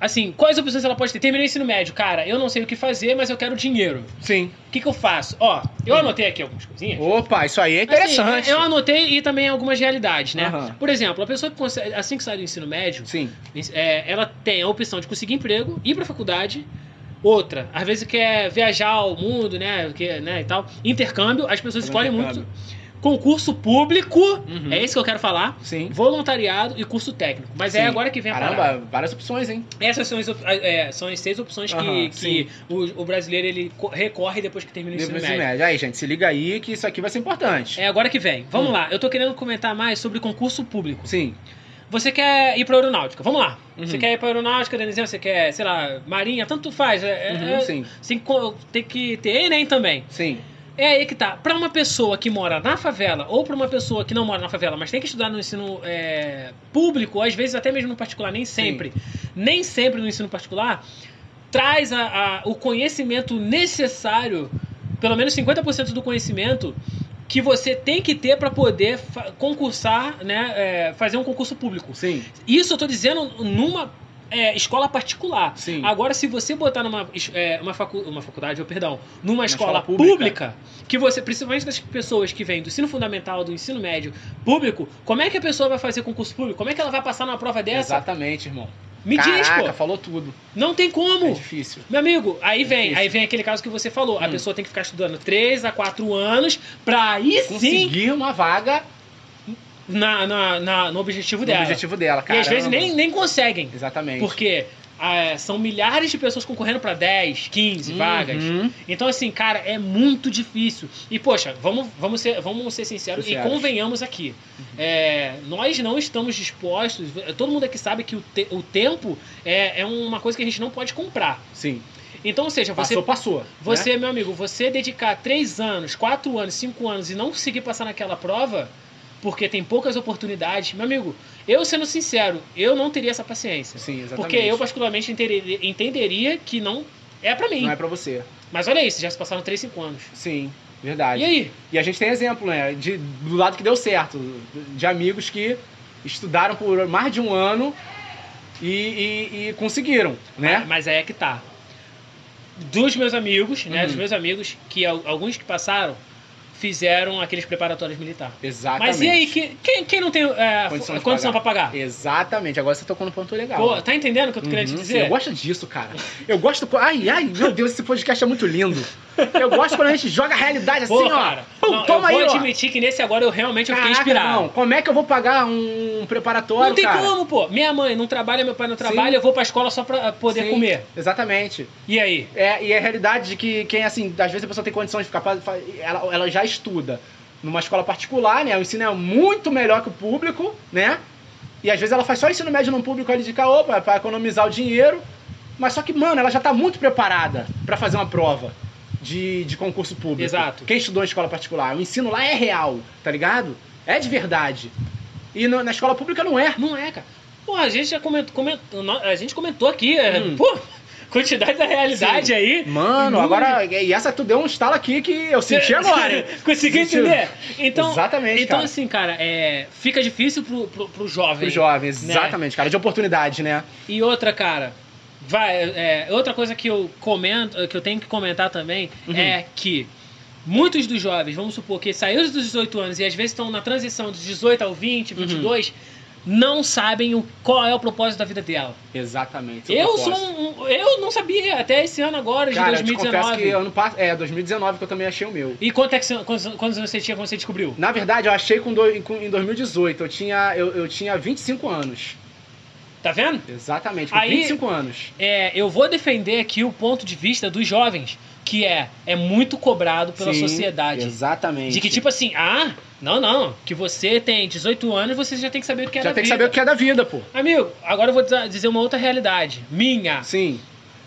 Speaker 1: Assim, quais opções ela pode ter? Terminei o ensino médio, cara. Eu não sei o que fazer, mas eu quero dinheiro.
Speaker 2: Sim.
Speaker 1: O que, que eu faço? Ó, eu anotei aqui algumas coisinhas.
Speaker 2: Opa, isso aí é interessante.
Speaker 1: Assim, eu anotei e também algumas realidades, né?
Speaker 2: Aham.
Speaker 1: Por exemplo, a pessoa que consegue, assim que sai do ensino médio,
Speaker 2: Sim.
Speaker 1: é, ela tem a opção de conseguir emprego, ir pra faculdade. Outra, às vezes quer viajar ao mundo, né? Que, né e tal. Intercâmbio, as pessoas escolhem muito. Concurso público,
Speaker 2: Uhum.
Speaker 1: é isso que eu quero falar.
Speaker 2: Sim.
Speaker 1: Voluntariado e curso técnico. Mas é
Speaker 2: Sim.
Speaker 1: agora que vem a parada.
Speaker 2: Caramba, várias opções, hein?
Speaker 1: Essas são as, op- é, são as seis opções que,
Speaker 2: Aham,
Speaker 1: que
Speaker 2: sim.
Speaker 1: o, o brasileiro ele co- recorre depois que termina o ensino
Speaker 2: Depois do
Speaker 1: médio.
Speaker 2: médio. Aí, gente, se liga aí que isso aqui vai ser importante.
Speaker 1: É agora que vem. Vamos
Speaker 2: Hum.
Speaker 1: lá, eu tô querendo comentar mais sobre concurso público.
Speaker 2: Sim.
Speaker 1: Você quer ir pra aeronáutica? Vamos lá.
Speaker 2: Uhum.
Speaker 1: Você quer ir pra aeronáutica, Denizão? Você quer, sei lá, marinha? Tanto faz. É,
Speaker 2: Uhum,
Speaker 1: é,
Speaker 2: sim.
Speaker 1: você tem que co- tem que ter Enem também.
Speaker 2: Sim.
Speaker 1: É aí que tá. Pra uma pessoa que mora na favela, ou pra uma pessoa que não mora na favela, mas tem que estudar no ensino é, público, ou às vezes até mesmo no particular, nem sempre. Nem sempre no ensino particular, traz a- a- o conhecimento necessário, pelo menos 50% do conhecimento que você tem que ter pra poder fa- concursar, né, é, fazer um concurso público.
Speaker 2: Sim.
Speaker 1: Isso eu tô dizendo numa é, escola particular.
Speaker 2: Sim.
Speaker 1: Agora, se você botar numa es- é, uma, facu- uma faculdade, ou perdão, numa escola,
Speaker 2: escola pública.
Speaker 1: pública, que você, principalmente das pessoas que vêm do ensino fundamental, do ensino médio, público, como é que a pessoa vai fazer concurso público? Como é que ela vai passar numa prova dessa?
Speaker 2: Exatamente, irmão.
Speaker 1: Me diz,
Speaker 2: Caraca,
Speaker 1: pô.
Speaker 2: falou tudo.
Speaker 1: Não tem
Speaker 2: É
Speaker 1: como.
Speaker 2: difícil.
Speaker 1: Meu amigo, aí
Speaker 2: É
Speaker 1: vem,
Speaker 2: difícil.
Speaker 1: aí vem aquele caso que você falou. A
Speaker 2: Hum.
Speaker 1: pessoa tem que ficar estudando 3 a 4 anos pra aí sim
Speaker 2: Conseguir uma vaga
Speaker 1: na, na- na- no objetivo
Speaker 2: no
Speaker 1: dela.
Speaker 2: objetivo dela,
Speaker 1: e
Speaker 2: cara.
Speaker 1: às vezes nem, nem conseguem.
Speaker 2: Exatamente.
Speaker 1: Porque ah, são milhares de pessoas concorrendo pra 10, 15
Speaker 2: Uhum.
Speaker 1: vagas. Então, assim, cara, é muito difícil. E, poxa, vamos, vamos, ser, vamos ser sinceros
Speaker 2: Sinceros.
Speaker 1: e convenhamos aqui.
Speaker 2: Uhum.
Speaker 1: É, nós não estamos dispostos. Todo mundo aqui sabe que o, te- o tempo é, é uma coisa que a gente não pode comprar.
Speaker 2: Sim.
Speaker 1: Então, ou seja, você.
Speaker 2: Passou, passou. né?
Speaker 1: Você, meu amigo, você dedicar 3 anos, 4 anos, 5 anos e não conseguir passar naquela prova, porque tem poucas oportunidades, meu amigo, eu sendo sincero, eu não teria essa paciência.
Speaker 2: Sim, exatamente.
Speaker 1: Porque eu, particularmente, entender- entenderia que não é pra mim.
Speaker 2: Não é pra você.
Speaker 1: Mas olha isso, já se passaram 3, 5 anos.
Speaker 2: Sim, verdade.
Speaker 1: E aí?
Speaker 2: E a gente tem exemplo, né? De, do lado que deu certo. De amigos que estudaram por mais de um ano e, e- e conseguiram, né?
Speaker 1: Mas aí é que tá. Dos meus amigos, né?
Speaker 2: Uhum.
Speaker 1: Dos meus amigos, que al- alguns que passaram, fizeram aqueles preparatórios militares.
Speaker 2: Exatamente.
Speaker 1: Mas e aí, que, quem, quem não tem é,
Speaker 2: Condição de
Speaker 1: condição pra pagar?
Speaker 2: Exatamente. Agora você tocou no ponto legal.
Speaker 1: Pô, tá entendendo o que eu tô querendo te
Speaker 2: Uhum,
Speaker 1: dizer?
Speaker 2: Eu gosto disso, cara. Eu gosto. co- Ai, ai, meu Deus, esse podcast é muito lindo. Eu gosto quando a gente joga a realidade assim,
Speaker 1: Pô,
Speaker 2: ó.
Speaker 1: cara,
Speaker 2: Pum,
Speaker 1: não,
Speaker 2: toma
Speaker 1: eu
Speaker 2: aí,
Speaker 1: vou
Speaker 2: ó.
Speaker 1: admitir que nesse agora eu realmente eu fiquei
Speaker 2: Caraca,
Speaker 1: inspirado.
Speaker 2: irmão, como é que eu vou pagar um preparatório,
Speaker 1: Não tem
Speaker 2: cara?
Speaker 1: como, pô. Minha mãe não trabalha, meu pai não
Speaker 2: Sim.
Speaker 1: trabalha, eu vou pra escola só pra poder
Speaker 2: Sim,
Speaker 1: comer.
Speaker 2: Exatamente.
Speaker 1: E aí?
Speaker 2: É, e é a realidade de que quem, assim, às vezes a pessoa tem condição de ficar. pa- fa- Ela, ela já estuda numa escola particular, né? O ensino é muito melhor que o público, né? E às vezes ela faz só ensino médio no público ali de caô pra, pra economizar o dinheiro. Mas só que, mano, ela já tá muito preparada pra fazer uma prova de, de concurso público.
Speaker 1: Exato.
Speaker 2: Quem estudou em escola particular, o ensino lá é real, tá ligado? É de verdade. E no- na escola pública não é.
Speaker 1: Não é, cara. Pô, a gente já comentou, comentou- nó- a gente comentou aqui, é,
Speaker 2: Hum.
Speaker 1: pô, quantidade da realidade
Speaker 2: Sim.
Speaker 1: aí.
Speaker 2: Mano,
Speaker 1: Hum.
Speaker 2: agora. E essa tu deu um estalo aqui que eu senti agora, hein?
Speaker 1: Consegui
Speaker 2: Sentiu.
Speaker 1: entender? Então,
Speaker 2: Exatamente,
Speaker 1: então
Speaker 2: cara.
Speaker 1: assim, cara, é, fica difícil pro, pro, pro jovem.
Speaker 2: Pro jovem,
Speaker 1: né?
Speaker 2: exatamente, cara. De oportunidade, né?
Speaker 1: E outra, cara, vai, é, outra coisa que eu comento, que eu tenho que comentar também
Speaker 2: Uhum.
Speaker 1: é que muitos dos jovens, vamos supor que saíram dos 18 anos e às vezes estão na transição dos 18 ao
Speaker 2: Uhum.
Speaker 1: 20, 22, não sabem o, qual é o propósito da vida dela.
Speaker 2: Exatamente. seu
Speaker 1: Eu sou
Speaker 2: propósito.
Speaker 1: um, um- eu não sabia até esse ano agora de
Speaker 2: um Cara, eu te confesso
Speaker 1: 2019.
Speaker 2: que ano passado. É, 2019 que eu também achei o meu.
Speaker 1: E quanto é que você- quantos, quantos anos você tinha quando você descobriu?
Speaker 2: Na verdade, eu achei com do- com- em 2018. Eu tinha, eu, eu tinha 25 anos.
Speaker 1: Tá vendo?
Speaker 2: Exatamente, com
Speaker 1: Aí-
Speaker 2: 25 anos.
Speaker 1: É, eu vou defender aqui o ponto de vista dos jovens, que é, é muito cobrado pela
Speaker 2: Sim,
Speaker 1: sociedade.
Speaker 2: Exatamente.
Speaker 1: De que tipo assim, ah, não, não, que você tem 18 anos, você já tem que saber o que é
Speaker 2: Já
Speaker 1: da
Speaker 2: tem que
Speaker 1: vida.
Speaker 2: saber o que é da vida, pô.
Speaker 1: Amigo, agora eu vou desa- dizer uma outra realidade. Minha.
Speaker 2: Sim.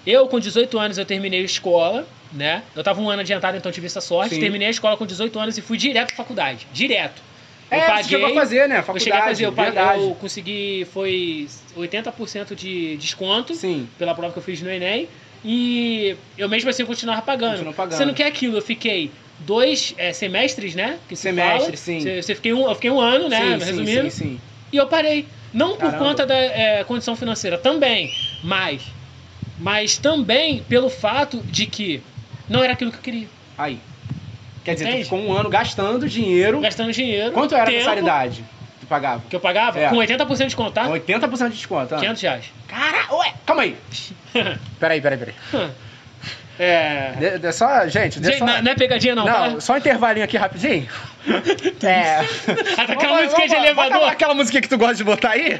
Speaker 1: Eu, com 18 anos, eu terminei a escola, né? Eu tava um ano adiantado, então tive essa sorte.
Speaker 2: Sim.
Speaker 1: Terminei a escola com 18 anos e fui direto pra faculdade. Direto. Eu
Speaker 2: é,
Speaker 1: paguei.
Speaker 2: você chegou a fazer, né?
Speaker 1: eu
Speaker 2: Faculdade,
Speaker 1: cheguei a fazer, eu, paguei-
Speaker 2: verdade.
Speaker 1: eu consegui, foi 80% de desconto
Speaker 2: Sim.
Speaker 1: pela prova que eu fiz no Enem. E eu mesmo assim continuava pagando.
Speaker 2: Continuou pagando.
Speaker 1: Você não quer aquilo, eu fiquei dois é, semestres, né? Que se
Speaker 2: Semestre,
Speaker 1: fala.
Speaker 2: sim.
Speaker 1: Você, você fiquei um, eu fiquei um ano, né?
Speaker 2: sim,
Speaker 1: resumindo.
Speaker 2: Sim, sim, sim.
Speaker 1: E eu parei. Não por
Speaker 2: Caramba.
Speaker 1: conta da é, condição financeira também, mas, mas também pelo fato de que não era aquilo que eu queria.
Speaker 2: Aí. Quer dizer,
Speaker 1: Entende?
Speaker 2: tu ficou um ano gastando dinheiro.
Speaker 1: Gastando dinheiro.
Speaker 2: Quanto era a
Speaker 1: tempo
Speaker 2: mensalidade que tu pagava?
Speaker 1: Que eu pagava?
Speaker 2: É.
Speaker 1: Com 80% de desconto, tá?
Speaker 2: 80% de desconto, ah.
Speaker 1: 500 reais.
Speaker 2: Cara, ué, calma aí. Peraí, peraí, peraí.
Speaker 1: É.
Speaker 2: De, de- só, gente, de,
Speaker 1: Gente,
Speaker 2: só...
Speaker 1: não, não é pegadinha, não,
Speaker 2: Não,
Speaker 1: tá?
Speaker 2: só um intervalinho aqui rapidinho. É.
Speaker 1: Aquela música de
Speaker 2: Bota lá
Speaker 1: elevador.
Speaker 2: aquela música que tu gosta de botar aí.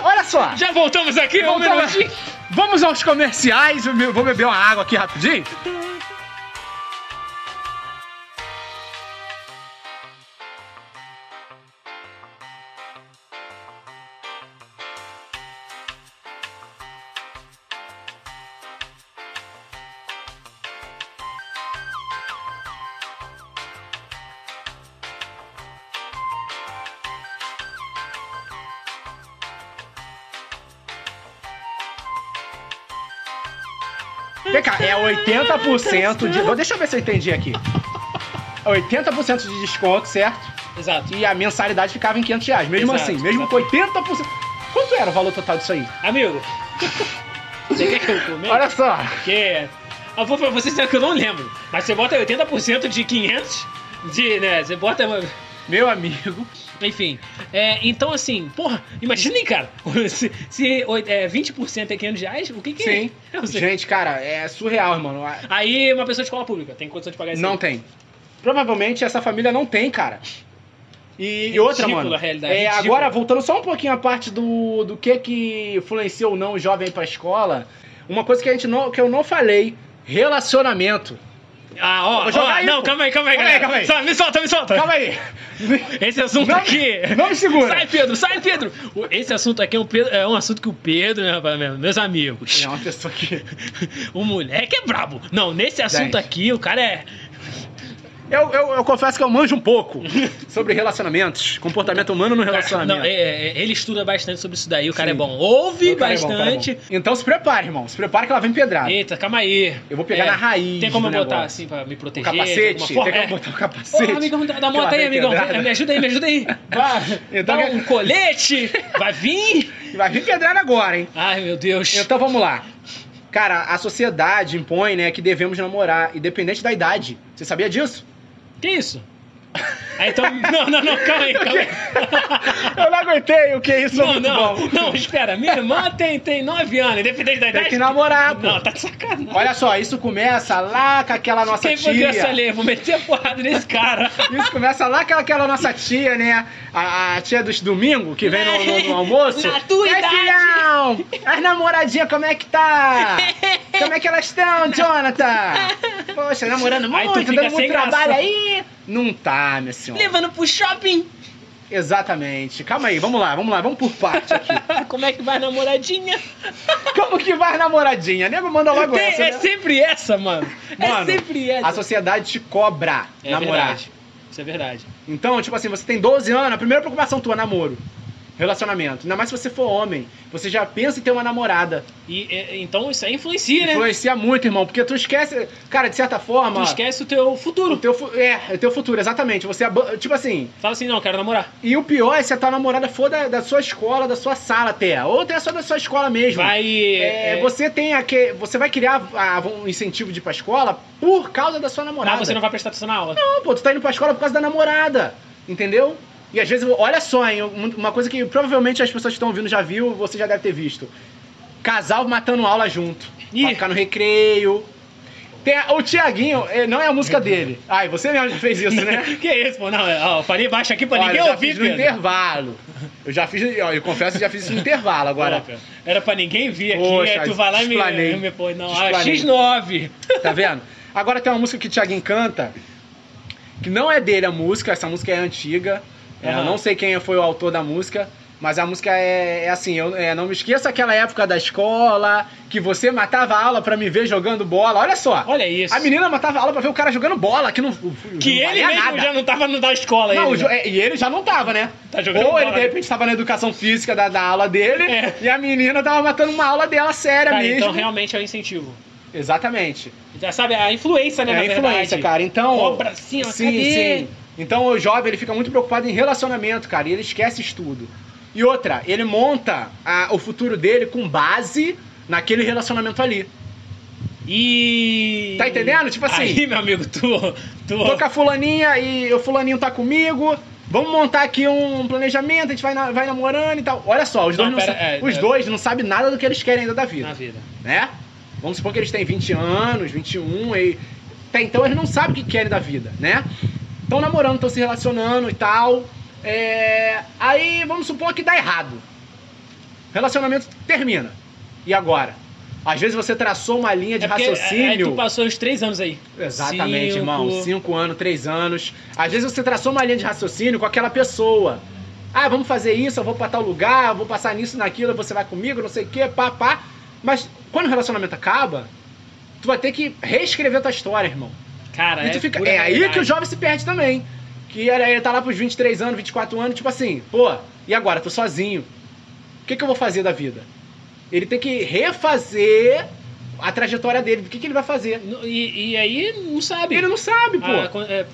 Speaker 2: Olha só.
Speaker 1: Já voltamos aqui, um
Speaker 2: Voltamos.
Speaker 1: minutinho.
Speaker 2: Vamos aos comerciais. Eu be- Vou beber uma água aqui rapidinho. Vem cá, é 80% de. Deixa eu ver se eu entendi aqui. 80% de desconto, certo?
Speaker 1: Exato.
Speaker 2: E a mensalidade ficava em 500 reais. Mesmo
Speaker 1: Exato,
Speaker 2: assim, mesmo com 80%. Quanto era o valor total disso aí?
Speaker 1: Amigo, você quer que eu comente?
Speaker 2: Olha só.
Speaker 1: Porque. Eu vou pra você dizer que eu não lembro. Mas você bota 80% de 500, de, né? Você bota.
Speaker 2: Meu amigo.
Speaker 1: Enfim. É, então, assim, porra, imaginem, cara. Se, se oi- é, 20% é 500 reais, o que que
Speaker 2: Sim.
Speaker 1: é? Eu sei.
Speaker 2: Gente, cara, é surreal, irmão.
Speaker 1: Aí, uma pessoa de escola pública tem condição de pagar isso?
Speaker 2: Não
Speaker 1: aí?
Speaker 2: tem. Provavelmente essa família não tem, cara. E
Speaker 1: Ridícula
Speaker 2: outra, mano.
Speaker 1: a realidade,
Speaker 2: é,
Speaker 1: ridícula.
Speaker 2: agora, voltando só um pouquinho a parte do, do que que influenciou ou não o jovem pra escola, uma coisa que, a gente não, que eu não falei: relacionamento.
Speaker 1: Ah, ó,
Speaker 2: Vou jogar
Speaker 1: ó,
Speaker 2: aí,
Speaker 1: não,
Speaker 2: pô.
Speaker 1: calma aí, calma aí,
Speaker 2: Calma aí,
Speaker 1: galera.
Speaker 2: calma aí.
Speaker 1: Só- me solta, me solta.
Speaker 2: Calma aí.
Speaker 1: Esse assunto
Speaker 2: Não-
Speaker 1: aqui.
Speaker 2: Não me segura.
Speaker 1: Sai, Pedro, sai, Pedro! O- Esse assunto aqui é um, Pedro- é um assunto que o Pedro, né, rapaz, meu- meus amigos.
Speaker 2: É uma pessoa que.
Speaker 1: O moleque é brabo. Não, nesse assunto
Speaker 2: Gente.
Speaker 1: aqui, o cara é.
Speaker 2: Eu, eu, eu confesso que eu manjo um pouco sobre relacionamentos, comportamento humano no relacionamento.
Speaker 1: Não, é- é- ele estuda bastante sobre isso daí, o cara
Speaker 2: Sim.
Speaker 1: é bom. Ouve
Speaker 2: O cara é bom, o cara é bom.
Speaker 1: bastante.
Speaker 2: Então se prepare, irmão. Se prepare que ela vem pedrada.
Speaker 1: Eita, calma aí.
Speaker 2: Eu vou pegar
Speaker 1: É,
Speaker 2: na raiz.
Speaker 1: Tem como eu
Speaker 2: do
Speaker 1: botar
Speaker 2: negócio.
Speaker 1: assim pra me
Speaker 2: O
Speaker 1: proteger?
Speaker 2: capacete?
Speaker 1: de
Speaker 2: Tem
Speaker 1: alguma forma?
Speaker 2: como
Speaker 1: É.
Speaker 2: botar o capacete?
Speaker 1: Ô, amigão, dá- dá
Speaker 2: Que ela
Speaker 1: moto aí,
Speaker 2: vem
Speaker 1: amigão. É, né?
Speaker 2: pedrada.
Speaker 1: Me ajuda aí, me ajuda aí. Vá.
Speaker 2: Então-
Speaker 1: Dá um colete. Vai vir.
Speaker 2: Vai vir pedrada agora, hein?
Speaker 1: Ai, meu Deus.
Speaker 2: Então vamos lá. Cara, a sociedade impõe, né, que devemos namorar, independente da idade. Você sabia disso?
Speaker 1: Que isso? Ah, então. Não, não, não, calma aí, calma aí.
Speaker 2: Eu não aguentei, o que é isso? é
Speaker 1: Não,
Speaker 2: muito
Speaker 1: não,
Speaker 2: bom.
Speaker 1: não, espera. Minha irmã tem, tem 9 anos, independente da idade.
Speaker 2: Tem que namorar, pô.
Speaker 1: Não, tá de sacanagem.
Speaker 2: Olha só, isso começa lá com aquela nossa
Speaker 1: Quem foi
Speaker 2: tia.
Speaker 1: criança ali? Vou meter a porrada nesse cara.
Speaker 2: Isso começa lá com aquela nossa tia, né? A, a tia dos domingos, que vem no, no- no almoço.
Speaker 1: Na tua
Speaker 2: E aí,
Speaker 1: idade.
Speaker 2: filhão? As namoradinhas, como é que tá? Como é que elas estão, Jonathan? Poxa, namorando
Speaker 1: Aí tu
Speaker 2: muito,
Speaker 1: fica
Speaker 2: dando muito
Speaker 1: sem graça.
Speaker 2: trabalho aí. Não tá, meu senhor.
Speaker 1: Levando pro shopping.
Speaker 2: Exatamente. Calma aí, vamos lá, vamos lá, vamos por parte aqui.
Speaker 1: Como é que vai namoradinha?
Speaker 2: Como que vai namoradinha? Nego manda logo
Speaker 1: Tem-
Speaker 2: essa,
Speaker 1: é
Speaker 2: né?
Speaker 1: sempre essa, mano.
Speaker 2: Mano,
Speaker 1: é sempre essa.
Speaker 2: A sociedade te cobra
Speaker 1: É
Speaker 2: namorar.
Speaker 1: verdade. Isso é verdade.
Speaker 2: Então, tipo assim, você tem 12 anos, a primeira preocupação tua é namoro. Relacionamento. Ainda mais se você for homem. Você já pensa em ter uma namorada.
Speaker 1: E, é, então isso aí influencia, né?
Speaker 2: Influencia muito, irmão. Porque tu esquece. Cara, de certa forma.
Speaker 1: Tu esquece o teu
Speaker 2: O
Speaker 1: futuro.
Speaker 2: teu, fu- é, o teu futuro, exatamente. Você. aba- Tipo assim.
Speaker 1: Fala assim, não, quero namorar.
Speaker 2: E o pior é se a tua namorada for da, da sua escola, da sua sala até. Ou até só da sua escola mesmo.
Speaker 1: Vai.
Speaker 2: É, Você tem aquele. Você vai criar ah, um incentivo de ir pra escola por causa da sua
Speaker 1: Ah,
Speaker 2: namorada.
Speaker 1: você não vai prestar atenção na aula.
Speaker 2: Não, pô, tu tá indo pra escola por causa da namorada. Entendeu? E às vezes, olha só, hein, um, uma coisa que provavelmente as pessoas que estão ouvindo já viu, você já deve ter visto. Casal matando aula junto.
Speaker 1: Ih.
Speaker 2: Pra ficar no recreio. Tem a- o Tiaguinho, eh, não é a música dele. Ai, você mesmo já fez isso, né?
Speaker 1: que isso, pô? Não, é, ó, eu falei baixo aqui pra
Speaker 2: Olha,
Speaker 1: ninguém
Speaker 2: eu já
Speaker 1: ouvir,
Speaker 2: fiz no
Speaker 1: Pedro.
Speaker 2: intervalo. Eu já fiz, ó, eu confesso que já fiz isso no intervalo agora.
Speaker 1: Caraca, Era pra ninguém vir aqui,
Speaker 2: Poxa,
Speaker 1: aí tu vai lá e me,
Speaker 2: explanei.
Speaker 1: me põe. Não, ah,
Speaker 2: Explanei.
Speaker 1: X9.
Speaker 2: Tá vendo? Agora tem uma música que o Thiaguinho canta, que não é dele a música, essa música é antiga. É,
Speaker 1: Aham.
Speaker 2: Eu não sei quem foi o autor da música, mas a música é, é assim, eu é, não me esqueça aquela época da escola, que você matava a aula pra me ver jogando bola. Olha só.
Speaker 1: Olha isso.
Speaker 2: A menina matava a aula pra ver o cara jogando bola, que não.
Speaker 1: que
Speaker 2: não
Speaker 1: ele
Speaker 2: valia
Speaker 1: mesmo
Speaker 2: nada.
Speaker 1: já não tava no da escola
Speaker 2: Não,
Speaker 1: ele,
Speaker 2: o jo-
Speaker 1: né?
Speaker 2: é, e ele já não tava, né?
Speaker 1: Tá jogando
Speaker 2: Ou ele
Speaker 1: bola,
Speaker 2: de
Speaker 1: né?
Speaker 2: repente estava na educação física da, da aula dele
Speaker 1: É.
Speaker 2: e a menina tava matando uma aula dela séria
Speaker 1: Cara,
Speaker 2: mesmo.
Speaker 1: então realmente é um incentivo.
Speaker 2: Exatamente.
Speaker 1: Já sabe, a influência, né,
Speaker 2: é
Speaker 1: na
Speaker 2: a influência,
Speaker 1: verdade.
Speaker 2: cara. Então.
Speaker 1: Cobra assim, ó,
Speaker 2: sim,
Speaker 1: cadê?
Speaker 2: sim. Então o jovem ele fica muito preocupado em relacionamento, cara, e ele esquece estudo. E outra, ele monta a- o futuro dele com base naquele relacionamento ali.
Speaker 1: E...
Speaker 2: Tá entendendo? Tipo assim,
Speaker 1: Aí, meu amigo, tu... tu...
Speaker 2: tô com a fulaninha e o fulaninho tá comigo. Vamos montar aqui um planejamento, a gente vai, na- vai namorando e tal. Olha só, os,
Speaker 1: Não,
Speaker 2: dois, não
Speaker 1: pera,
Speaker 2: sa-
Speaker 1: é,
Speaker 2: os
Speaker 1: é.
Speaker 2: dois não sabem nada do que eles querem ainda da
Speaker 1: Na
Speaker 2: vida,
Speaker 1: vida.
Speaker 2: né? Vamos supor que eles têm 20 anos, 21, e até então eles não sabem o que querem da vida, né? Estão namorando, estão se relacionando e tal. É, Aí vamos supor que dá errado. Relacionamento termina. E agora? Às vezes você traçou uma linha de
Speaker 1: É porque,
Speaker 2: raciocínio.
Speaker 1: Aí tu passou os três anos aí.
Speaker 2: Exatamente,
Speaker 1: Cinco.
Speaker 2: irmão. Cinco anos, três anos. Às vezes você traçou uma linha de raciocínio com aquela pessoa. Ah, vamos fazer isso, eu vou pra tal lugar, eu vou passar nisso, naquilo, você vai comigo, não sei o quê, pá, pá. Mas quando o relacionamento acaba, tu vai ter que reescrever tua história, irmão.
Speaker 1: Cara,
Speaker 2: E
Speaker 1: é
Speaker 2: tu fica-
Speaker 1: pura
Speaker 2: é aí
Speaker 1: realidade.
Speaker 2: que o jovem se perde também. Que era- ele tá lá pros 23 anos, 24 anos, tipo assim, pô, e agora? Tô sozinho. O que, que eu vou fazer da vida? Ele tem que refazer a trajetória dele. O que, que ele vai fazer?
Speaker 1: E, e aí não sabe.
Speaker 2: Ele não sabe, pô.
Speaker 1: Ah, quan- é,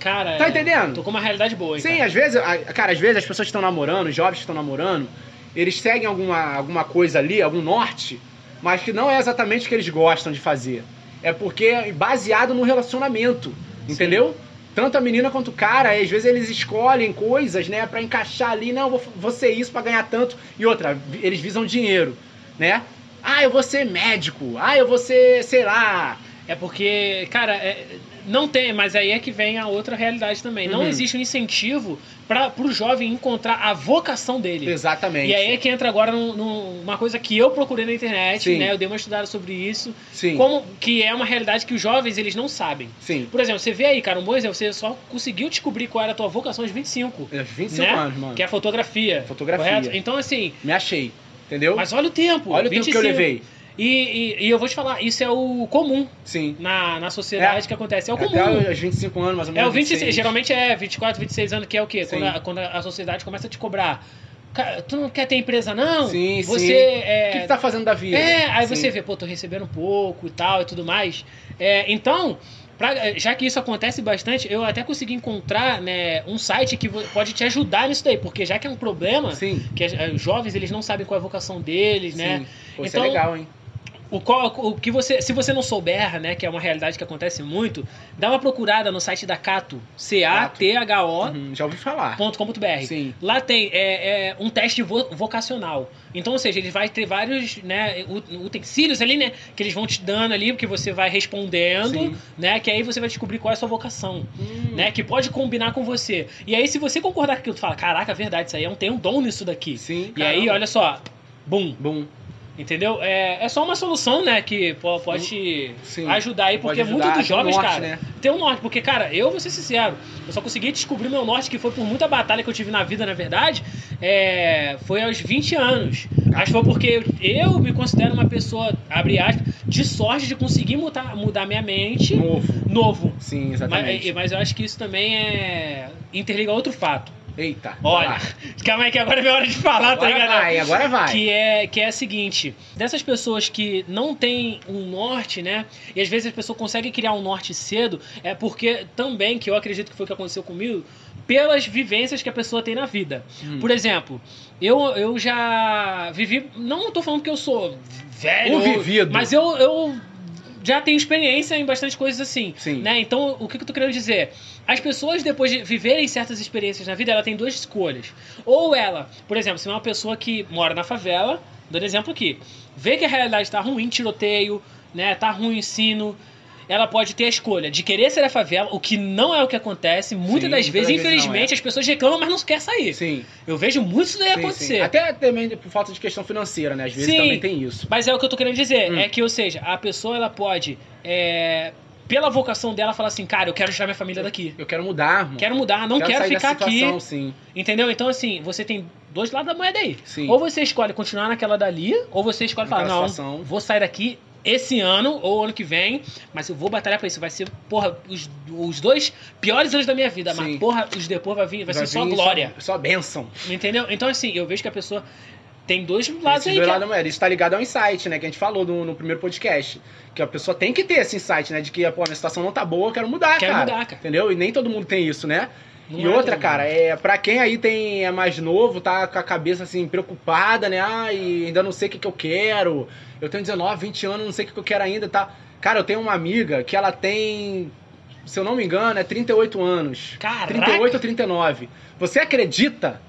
Speaker 1: cara,
Speaker 2: Tá
Speaker 1: é,
Speaker 2: entendendo?
Speaker 1: Tô com uma realidade boa, então. hein,
Speaker 2: Sim,
Speaker 1: cara.
Speaker 2: às vezes, a- cara, às vezes as pessoas que estão namorando, os jovens que estão namorando, eles seguem alguma, alguma coisa ali, algum norte, mas que não é exatamente o que eles gostam de fazer. É porque é baseado no relacionamento,
Speaker 1: Sim.
Speaker 2: entendeu? Tanto a menina quanto o cara, e às vezes eles escolhem coisas, né, pra encaixar ali, não, vou, vou ser isso pra ganhar tanto. E outra, vi- eles visam dinheiro, né? Ah, eu vou ser médico. Ah, eu vou ser, sei lá.
Speaker 1: É porque, cara, é- não tem, mas aí é que vem a outra realidade também. Não
Speaker 2: Uhum.
Speaker 1: existe um incentivo para pro jovem encontrar a vocação dele.
Speaker 2: Exatamente.
Speaker 1: E aí é que entra agora num- numa coisa que eu procurei na internet,
Speaker 2: Sim.
Speaker 1: né? Eu dei uma estudada sobre isso,
Speaker 2: Sim.
Speaker 1: como que é uma realidade que os jovens eles não sabem.
Speaker 2: Sim.
Speaker 1: Por exemplo, você vê aí, cara, um bom exemplo, você só conseguiu descobrir qual era a tua vocação aos 25,
Speaker 2: 25
Speaker 1: Né?
Speaker 2: anos, mano.
Speaker 1: que é a fotografia.
Speaker 2: Fotografia.
Speaker 1: Correto? Então assim,
Speaker 2: Me achei, entendeu?
Speaker 1: mas olha o tempo.
Speaker 2: Olha o tempo que
Speaker 1: 25.
Speaker 2: eu levei.
Speaker 1: E, e- e eu vou te falar, isso é o comum
Speaker 2: Sim.
Speaker 1: na, na sociedade que acontece. É o comum.
Speaker 2: Até os 25 anos, mais
Speaker 1: É
Speaker 2: ou menos.
Speaker 1: o 26, geralmente é 24, 26 anos, que é o quê?
Speaker 2: Sim.
Speaker 1: Quando a, quando a sociedade começa a te cobrar. "Cara, Tu não quer ter empresa, não?
Speaker 2: Sim,
Speaker 1: você
Speaker 2: sim.
Speaker 1: É,
Speaker 2: O que, que tá fazendo da vida?
Speaker 1: é, aí
Speaker 2: Sim.
Speaker 1: você vê, pô, tô recebendo pouco e tal e tudo mais. É, então, pra- já que isso acontece bastante, eu até consegui encontrar né, um site que vo- pode te ajudar nisso daí, porque já que é um problema,
Speaker 2: Sim.
Speaker 1: que as- os jovens eles não sabem qual é a vocação deles, né?
Speaker 2: Sim. Pô, isso
Speaker 1: Então-
Speaker 2: é legal, hein?
Speaker 1: O, qual- o que você, se você não souber, né, que é uma realidade que acontece muito, dá uma procurada no site da Cato, C-A-T-H-O.com.br.
Speaker 2: Uhum, já ouvi falar. Sim.
Speaker 1: Lá tem é, é, um teste vo- vocacional. Então, ou seja, ele vai ter vários né, u- utensílios ali, né? Que eles vão te dando ali, porque você vai respondendo,
Speaker 2: Sim.
Speaker 1: né? Que aí você vai descobrir qual é a sua vocação,
Speaker 2: Hum,
Speaker 1: né? Que pode combinar com você. E aí, se você concordar com aquilo, tu fala, caraca, é verdade, isso aí é um, tem um dom nisso daqui.
Speaker 2: Sim.
Speaker 1: E aí,
Speaker 2: caramba.
Speaker 1: olha só, bum,
Speaker 2: Bom,
Speaker 1: entendeu? É, é só uma solução, né? Que po- pode te
Speaker 2: sim.
Speaker 1: ajudar aí, porque
Speaker 2: Pode ajudar,
Speaker 1: muitos dos
Speaker 2: tem um
Speaker 1: jovens,
Speaker 2: norte,
Speaker 1: cara,
Speaker 2: Né?
Speaker 1: tem um norte, porque, cara, eu vou ser sincero, eu só consegui descobrir meu norte, que foi por muita batalha que eu tive na vida, na verdade, é, foi aos 20 anos. Mas foi porque eu, eu me considero uma pessoa, abre aspas, de sorte de conseguir mudar, mudar minha mente
Speaker 2: Novo.
Speaker 1: novo.
Speaker 2: Sim,
Speaker 1: Mas,
Speaker 2: exatamente.
Speaker 1: mas eu acho que isso também é. interliga outro fato.
Speaker 2: Eita.
Speaker 1: Olha,
Speaker 2: vai.
Speaker 1: calma aí que agora é minha hora de falar, tá
Speaker 2: Agora
Speaker 1: ligado?
Speaker 2: vai, agora vai.
Speaker 1: Que é, que é a seguinte: dessas pessoas que não têm um norte, né? E às vezes a pessoa consegue criar um norte cedo, é porque também, que eu acredito que foi o que aconteceu comigo, pelas vivências que a pessoa tem na vida.
Speaker 2: Hum.
Speaker 1: Por exemplo, eu, eu já vivi. Não tô falando que eu sou velho,
Speaker 2: O
Speaker 1: ou-
Speaker 2: vivido.
Speaker 1: mas eu, eu já tenho experiência em bastante coisas assim.
Speaker 2: Sim.
Speaker 1: Né? Então, o que que eu tô querendo dizer? As pessoas, depois de viverem certas experiências na vida, ela tem duas escolhas. Ou ela, por exemplo, se é uma pessoa que mora na favela, dando exemplo aqui, vê que a realidade tá ruim, tiroteio, né? Tá ruim o ensino. ela pode ter a escolha de querer ser a favela, o que não é o que acontece. Muitas
Speaker 2: Sim,
Speaker 1: das vezes,
Speaker 2: muitas vezes
Speaker 1: infelizmente, as pessoas reclamam, mas não quer sair.
Speaker 2: Sim.
Speaker 1: Eu vejo muito isso daí
Speaker 2: sim,
Speaker 1: acontecer.
Speaker 2: sim. Até também por falta de questão financeira, né? Às vezes
Speaker 1: Sim.
Speaker 2: também tem isso.
Speaker 1: Mas é o que eu tô querendo dizer.
Speaker 2: Hum.
Speaker 1: É que, ou seja, a pessoa ela pode, é, pela vocação dela, falar assim, cara, eu quero tirar minha família daqui.
Speaker 2: Eu quero mudar, mano.
Speaker 1: Quero mudar, não quero,
Speaker 2: sair
Speaker 1: ficar
Speaker 2: dessa
Speaker 1: aqui.
Speaker 2: situação, Sim,
Speaker 1: Entendeu? Então, assim, você tem dois lados da moeda aí.
Speaker 2: sim.
Speaker 1: Ou você escolhe continuar naquela dali, ou você escolhe falar,
Speaker 2: Naquela
Speaker 1: não,
Speaker 2: situação.
Speaker 1: vou sair daqui esse ano ou ano que vem, mas eu vou batalhar pra isso. Vai ser, porra, os, os dois piores anos da minha vida. Mas,
Speaker 2: Sim.
Speaker 1: porra, os depois vai vir, vai, ser
Speaker 2: Vai
Speaker 1: só
Speaker 2: vir
Speaker 1: glória.
Speaker 2: Só, só bênção.
Speaker 1: Entendeu? Então, assim, eu vejo que a pessoa tem dois lados
Speaker 2: Esses
Speaker 1: aí.
Speaker 2: dois
Speaker 1: que é-
Speaker 2: lados da moeda. Isso tá ligado ao insight, né? Que a gente falou no, no primeiro podcast. Que a pessoa tem que ter esse insight, né? De que, pô, minha situação não tá boa, eu quero mudar,
Speaker 1: Quero
Speaker 2: cara.
Speaker 1: mudar, cara.
Speaker 2: Entendeu? E nem todo mundo tem isso, né?
Speaker 1: Não
Speaker 2: e
Speaker 1: é
Speaker 2: outra,
Speaker 1: todo mundo.
Speaker 2: cara, é para quem aí tem é mais novo, tá com a cabeça assim preocupada, né? Ai, ainda não sei o que, que eu quero. Eu tenho 19, 20 anos, não sei o que, que eu quero ainda, tá? Cara, eu tenho uma amiga que ela tem, se eu não me engano, é 38 anos.
Speaker 1: Caraca,
Speaker 2: 38 ou 39. Você acredita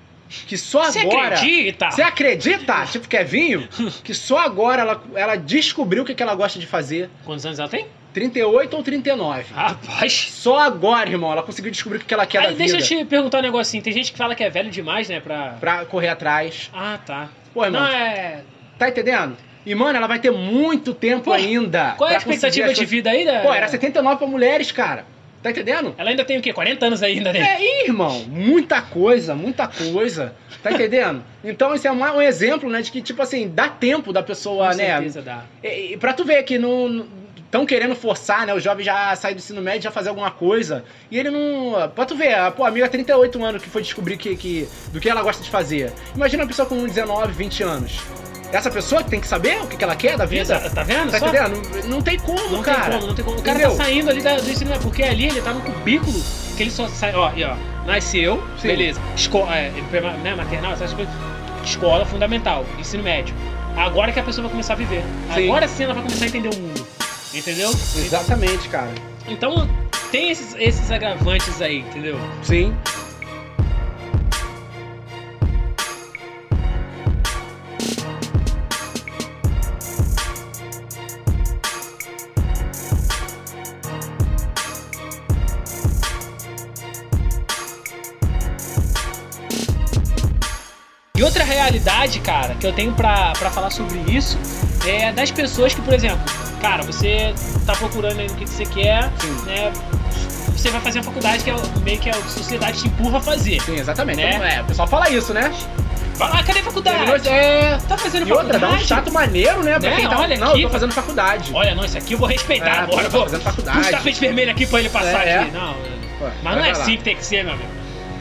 Speaker 2: que só
Speaker 1: você
Speaker 2: agora
Speaker 1: acredita?
Speaker 2: você acredita, tipo Kevinho, que só agora ela, ela descobriu o que, que ela gosta de fazer?
Speaker 1: Quantos anos ela tem?
Speaker 2: 38 ou 39?
Speaker 1: Rapaz.
Speaker 2: Só agora, irmão, ela conseguiu descobrir o que, que ela quer
Speaker 1: Aí
Speaker 2: da
Speaker 1: deixa eu
Speaker 2: vida.
Speaker 1: te perguntar um negocinho. Tem gente que fala que é velho demais, né? Pra.
Speaker 2: Pra correr atrás.
Speaker 1: Ah, tá.
Speaker 2: Pô, irmão,
Speaker 1: Não, é.
Speaker 2: tá entendendo? E, mano, ela vai ter muito tempo
Speaker 1: Pô,
Speaker 2: ainda.
Speaker 1: Qual é a
Speaker 2: pra conseguir
Speaker 1: expectativa
Speaker 2: as
Speaker 1: de vida aí, né?
Speaker 2: coisas. Pô, era 79 pra mulheres, cara. Tá entendendo?
Speaker 1: Ela ainda tem o quê? 40 anos ainda, né?
Speaker 2: É, ih, irmão, muita coisa, muita coisa. Tá entendendo? Então, isso é um um exemplo, né, de que, tipo assim, dá tempo da pessoa,
Speaker 1: Com
Speaker 2: né,
Speaker 1: certeza dá.
Speaker 2: E, e pra tu ver que não. Estão querendo forçar, né? O jovem já sair do ensino médio, já fazer alguma coisa. E ele não. Pra tu ver, a, pô, a amiga 38 anos que foi descobrir que, que, do que ela gosta de fazer. Imagina uma pessoa com 19, 20 anos. Essa pessoa que tem que saber o que, que ela quer da vida.
Speaker 1: Exa- Tá vendo?
Speaker 2: Tá
Speaker 1: só?
Speaker 2: entendendo? Não, não tem como,
Speaker 1: Não
Speaker 2: cara.
Speaker 1: tem como, não tem como. O cara
Speaker 2: Entendeu?
Speaker 1: tá saindo ali da, do ensino médio, porque ali ele tá num cubículo que ele só sai. Ó, e ó, nasceu,
Speaker 2: Sim.
Speaker 1: beleza. Escola, é, prema- né, maternal, essas coisas. Escola fundamental, ensino médio. Agora que a pessoa vai começar a viver.
Speaker 2: Sim.
Speaker 1: Agora sim ela vai começar a entender o mundo. Entendeu?
Speaker 2: Exatamente, cara.
Speaker 1: Então tem esses, esses agravantes aí, entendeu?
Speaker 2: Sim.
Speaker 1: E outra realidade, cara, que eu tenho pra, pra falar sobre isso é das pessoas que, por exemplo, cara, você tá procurando aí o que que você quer,
Speaker 2: Sim.
Speaker 1: né? Você vai fazer a faculdade que é o- meio que a sociedade te empurra a fazer.
Speaker 2: Sim, exatamente.
Speaker 1: Né?
Speaker 2: Então, é, o pessoal fala isso, né?
Speaker 1: Vai lá, cadê a faculdade?
Speaker 2: Terminou de- É.
Speaker 1: Tá fazendo
Speaker 2: E outra, dá um
Speaker 1: faculdade?
Speaker 2: chato maneiro, né? Pra
Speaker 1: Né?
Speaker 2: quem tá.
Speaker 1: Olha
Speaker 2: não,
Speaker 1: aqui,
Speaker 2: eu tô
Speaker 1: cara.
Speaker 2: fazendo faculdade.
Speaker 1: Olha, não, isso aqui eu vou respeitar
Speaker 2: É,
Speaker 1: agora.
Speaker 2: tá
Speaker 1: Vou
Speaker 2: fazendo
Speaker 1: puxa o
Speaker 2: faculdade.
Speaker 1: tapete vermelho aqui pra ele passar
Speaker 2: É,
Speaker 1: aqui. Não,
Speaker 2: Pô,
Speaker 1: mas não é
Speaker 2: vai lá.
Speaker 1: assim que tem que ser, meu amigo.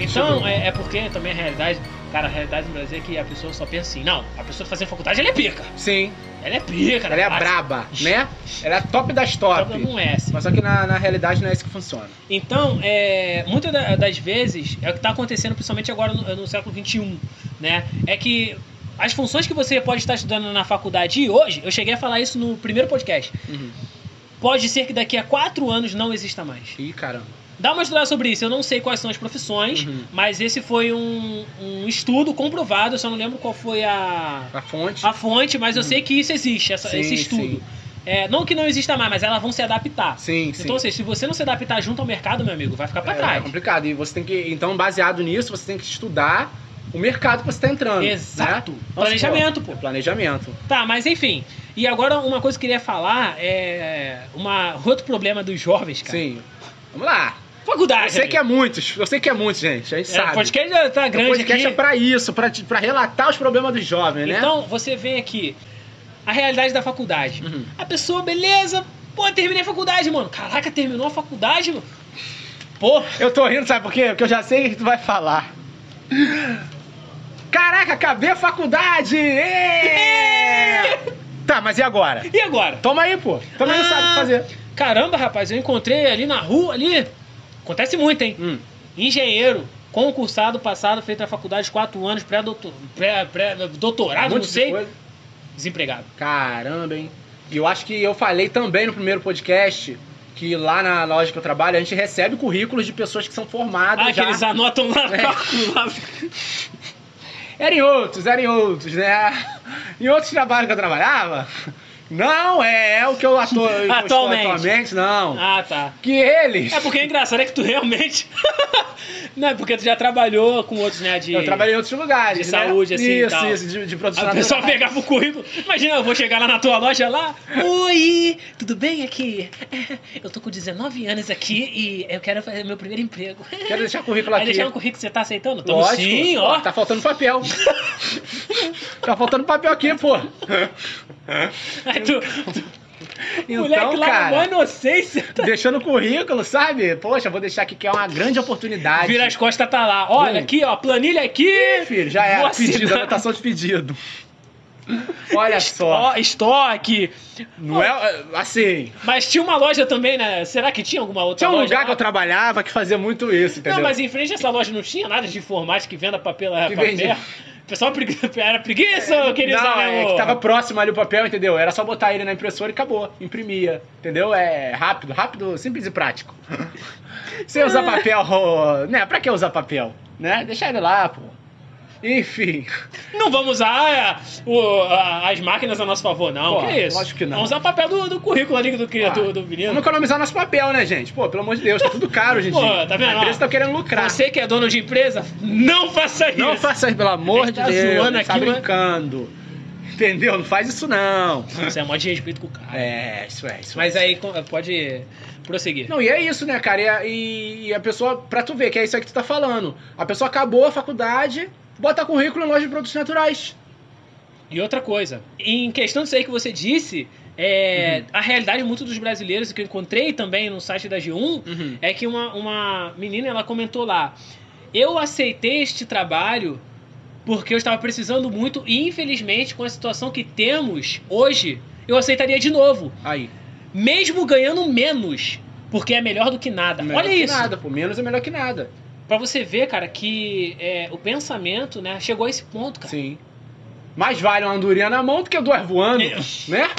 Speaker 1: Então, é, é porque também a realidade, cara, a realidade no Brasil é que a pessoa só pensa assim, não, a pessoa fazendo faculdade, ela é pica.
Speaker 2: Sim.
Speaker 1: Ela é pica,
Speaker 2: Ela é
Speaker 1: cara.
Speaker 2: braba, né? Ela é top das top.
Speaker 1: Então, Não é assim.
Speaker 2: Mas só que na, na realidade não é isso que funciona.
Speaker 1: Então, é, muitas da- das vezes, é o que está acontecendo, principalmente agora no, no século XXI, né? É que as funções que você pode estar estudando na faculdade e hoje, eu cheguei a falar isso no primeiro podcast, pode ser que daqui a quatro anos não exista mais.
Speaker 2: Ih, caramba.
Speaker 1: Dá uma estudada sobre isso, eu não sei quais são as profissões,
Speaker 2: Uhum.
Speaker 1: mas esse foi um, um estudo comprovado, eu só não lembro qual foi a,
Speaker 2: A fonte.
Speaker 1: a fonte, mas eu
Speaker 2: Uhum.
Speaker 1: sei que isso existe, essa-
Speaker 2: Sim,
Speaker 1: esse estudo.
Speaker 2: sim.
Speaker 1: É, não que não exista mais, mas elas vão se adaptar.
Speaker 2: Sim, sim.
Speaker 1: Então, ou seja, se você não se adaptar junto ao mercado, meu amigo, vai ficar pra
Speaker 2: é,
Speaker 1: trás.
Speaker 2: é complicado. E você tem que. Então, baseado nisso, você tem que estudar o mercado que você tá entrando.
Speaker 1: Exato.
Speaker 2: né? Nossa,
Speaker 1: Planejamento, pô.
Speaker 2: pô, Planejamento.
Speaker 1: Tá, mas enfim. E agora uma coisa que eu queria falar é uma outro problema dos jovens, cara.
Speaker 2: Sim. Vamos lá.
Speaker 1: Faculdade.
Speaker 2: Eu sei que é
Speaker 1: amigo.
Speaker 2: muitos. Eu sei que é muitos, gente. A gente
Speaker 1: é,
Speaker 2: sabe.
Speaker 1: o podcast já tá
Speaker 2: o
Speaker 1: grande aqui.
Speaker 2: podcast é pra isso, pra, te- pra relatar os problemas dos jovens, né?
Speaker 1: Então, você vê aqui a realidade da faculdade.
Speaker 2: Uhum.
Speaker 1: A pessoa, beleza? Pô, terminei a faculdade, mano. Caraca, terminou a faculdade, mano. Pô,
Speaker 2: Eu tô rindo, sabe por quê? Porque eu já sei o que tu vai falar. Caraca, acabei a faculdade! Ê! tá, mas e agora?
Speaker 1: e agora?
Speaker 2: Toma aí, pô. Também não
Speaker 1: Ah.
Speaker 2: sabe o que fazer.
Speaker 1: Caramba, rapaz, eu encontrei ali na rua ali. Acontece muito, hein?
Speaker 2: Hum,
Speaker 1: engenheiro, concursado, passado, feito na faculdade, 4 anos, pré-doutor- pré- pré-doutorado,
Speaker 2: um monte
Speaker 1: não
Speaker 2: de
Speaker 1: sei,
Speaker 2: coisa.
Speaker 1: desempregado.
Speaker 2: Caramba, hein? E eu acho que eu falei também no primeiro podcast que lá na loja que eu trabalho a gente recebe currículos de pessoas que são formadas
Speaker 1: Ah, que
Speaker 2: já.
Speaker 1: eles anotam lá.
Speaker 2: É.
Speaker 1: lá-
Speaker 2: Eram em outros, eram em outros, né? Em outros trabalhos que eu trabalhava, Não, é, é o que eu atu... eu
Speaker 1: Atualmente.
Speaker 2: estou atualmente, não.
Speaker 1: Ah, tá.
Speaker 2: Que eles.
Speaker 1: É porque é engraçado, é que tu realmente. Não, é porque tu já trabalhou com outros, né? De...
Speaker 2: Eu trabalhei em outros lugares.
Speaker 1: de
Speaker 2: né?
Speaker 1: saúde, assim,
Speaker 2: Isso,
Speaker 1: tal.
Speaker 2: isso, de, de produção.
Speaker 1: Aí o pessoal
Speaker 2: natural.
Speaker 1: pegava o currículo. Imagina, eu vou chegar lá na tua loja lá. Oi, tudo bem aqui? "É, Eu tô com 19 anos aqui e eu quero fazer meu primeiro emprego.
Speaker 2: Quero deixar o currículo
Speaker 1: Aí
Speaker 2: aqui.
Speaker 1: deixar um currículo, você tá aceitando? Tamo
Speaker 2: Lógico.
Speaker 1: sim, ó.
Speaker 2: Tá faltando papel. tá faltando papel aqui, pô.
Speaker 1: Aí tu, tu-
Speaker 2: Então,
Speaker 1: moleque lá
Speaker 2: cara.
Speaker 1: na maior inocência.
Speaker 2: Deixando o currículo, sabe? Poxa, vou deixar aqui que é uma grande oportunidade.
Speaker 1: Vira as costas, tá lá. Olha
Speaker 2: Hum.
Speaker 1: aqui, ó, planilha aqui.
Speaker 2: Filho, já
Speaker 1: Vou
Speaker 2: é pedido,
Speaker 1: assinar.
Speaker 2: anotação de pedido. Olha só.
Speaker 1: Ó, estoque.
Speaker 2: Não é assim.
Speaker 1: Mas tinha uma loja também, né? Será que tinha alguma outra
Speaker 2: Tinha um
Speaker 1: loja?
Speaker 2: lugar
Speaker 1: lá?
Speaker 2: que eu trabalhava que fazia muito isso, entendeu?
Speaker 1: Tá Não, mas em frente a essa loja não tinha nada de informática que venda papel.
Speaker 2: Que
Speaker 1: papel.
Speaker 2: vendia.
Speaker 1: O pessoal pregui- era preguiça né, ou queria
Speaker 2: Não,
Speaker 1: usar
Speaker 2: é
Speaker 1: mesmo?
Speaker 2: que tava próximo ali o papel, entendeu? Era só botar ele na impressora e acabou. Imprimia, entendeu? É rápido, rápido, simples e prático. Sem usar papel, ô, né? Pra que usar papel? Né? Deixar ele lá, pô. Enfim.
Speaker 1: Não vamos usar é, o- a- as máquinas a nosso favor, não.
Speaker 2: Pô,
Speaker 1: que isso?
Speaker 2: lógico que não.
Speaker 1: Vamos usar o papel do, do currículo ali do, cri-
Speaker 2: Ah,
Speaker 1: do, do menino.
Speaker 2: Vamos economizar nosso papel, né, gente? Pô, pelo amor de Deus, tá tudo caro hoje em
Speaker 1: Pô,
Speaker 2: dia.
Speaker 1: tá vendo?
Speaker 2: A empresa tá querendo lucrar.
Speaker 1: Você que é dono de empresa, não faça isso.
Speaker 2: Não faça isso, pelo amor
Speaker 1: Ele
Speaker 2: de
Speaker 1: tá
Speaker 2: Deus.
Speaker 1: zoando
Speaker 2: ele tá
Speaker 1: aqui, mas-
Speaker 2: brincando. Entendeu? Não faz isso, não.
Speaker 1: Isso é mó de respeito com o cara.
Speaker 2: É, isso é, isso é.
Speaker 1: Mas aí co- pode prosseguir.
Speaker 2: Não, e é isso, né, cara? E a, e- e a pessoa, pra tu ver, que é isso aí que tu tá falando. A pessoa acabou a faculdade, bota currículo em loja de produtos naturais.
Speaker 1: E outra coisa, em questão disso aí que você disse, é,
Speaker 2: Uhum.
Speaker 1: a realidade muito dos brasileiros, o que eu encontrei também no site da G1, é que uma, uma menina ela comentou lá: Eu aceitei este trabalho porque eu estava precisando muito e infelizmente com a situação que temos hoje, eu aceitaria de novo,
Speaker 2: Aí.
Speaker 1: mesmo ganhando menos, porque é melhor do que nada.
Speaker 2: melhor
Speaker 1: Olha
Speaker 2: que
Speaker 1: isso.
Speaker 2: Nada, pô. Menos é melhor que nada.
Speaker 1: Pra você ver, cara, que é, o pensamento, né, chegou a esse ponto, cara.
Speaker 2: Sim. Mais vale uma andorinha na mão do que duas voando, né?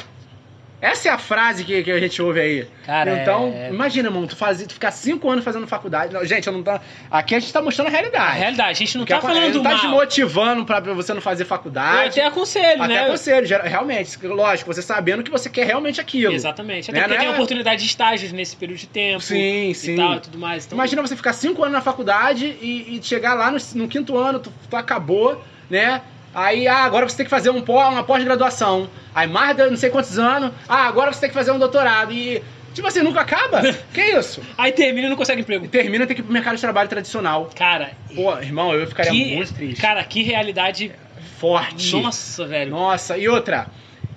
Speaker 2: Essa é a frase que, que a gente ouve aí.
Speaker 1: Cara,
Speaker 2: então,
Speaker 1: é-
Speaker 2: imagina, mano, tu, fazer, tu ficar cinco anos fazendo faculdade. Não, gente, eu não tá. Aqui a gente tá mostrando a
Speaker 1: a
Speaker 2: realidade.
Speaker 1: realidade, a gente não
Speaker 2: Porque
Speaker 1: tá
Speaker 2: a-
Speaker 1: falando
Speaker 2: não tá te
Speaker 1: mal.
Speaker 2: motivando pra pra você não fazer
Speaker 1: Eu
Speaker 2: faculdade.
Speaker 1: até aconselho,
Speaker 2: Até
Speaker 1: né?
Speaker 2: conselho, gera- realmente, lógico, você sabendo que você quer realmente aquilo.
Speaker 1: Exatamente. Até
Speaker 2: Né,
Speaker 1: porque
Speaker 2: né?
Speaker 1: tem oportunidade de estágios nesse período de tempo
Speaker 2: Sim,
Speaker 1: e
Speaker 2: sim.
Speaker 1: tal e tudo mais. Então,
Speaker 2: Imagina você ficar cinco anos na faculdade e, e chegar lá no, no quinto ano, tu, tu acabou, né? Aí, ah, agora você tem que fazer um pós, uma pós-graduação. Aí, mais de não sei quantos anos, ah, agora você tem que fazer um doutorado. E, tipo assim, nunca acaba? que isso?
Speaker 1: Aí termina e não consegue
Speaker 2: E
Speaker 1: emprego.
Speaker 2: termina, tem que ir pro mercado de trabalho tradicional.
Speaker 1: Cara,
Speaker 2: Pô, irmão, eu ficaria é muito
Speaker 1: que,
Speaker 2: triste.
Speaker 1: cara, que realidade.
Speaker 2: Forte.
Speaker 1: Nossa, velho.
Speaker 2: Nossa, e outra,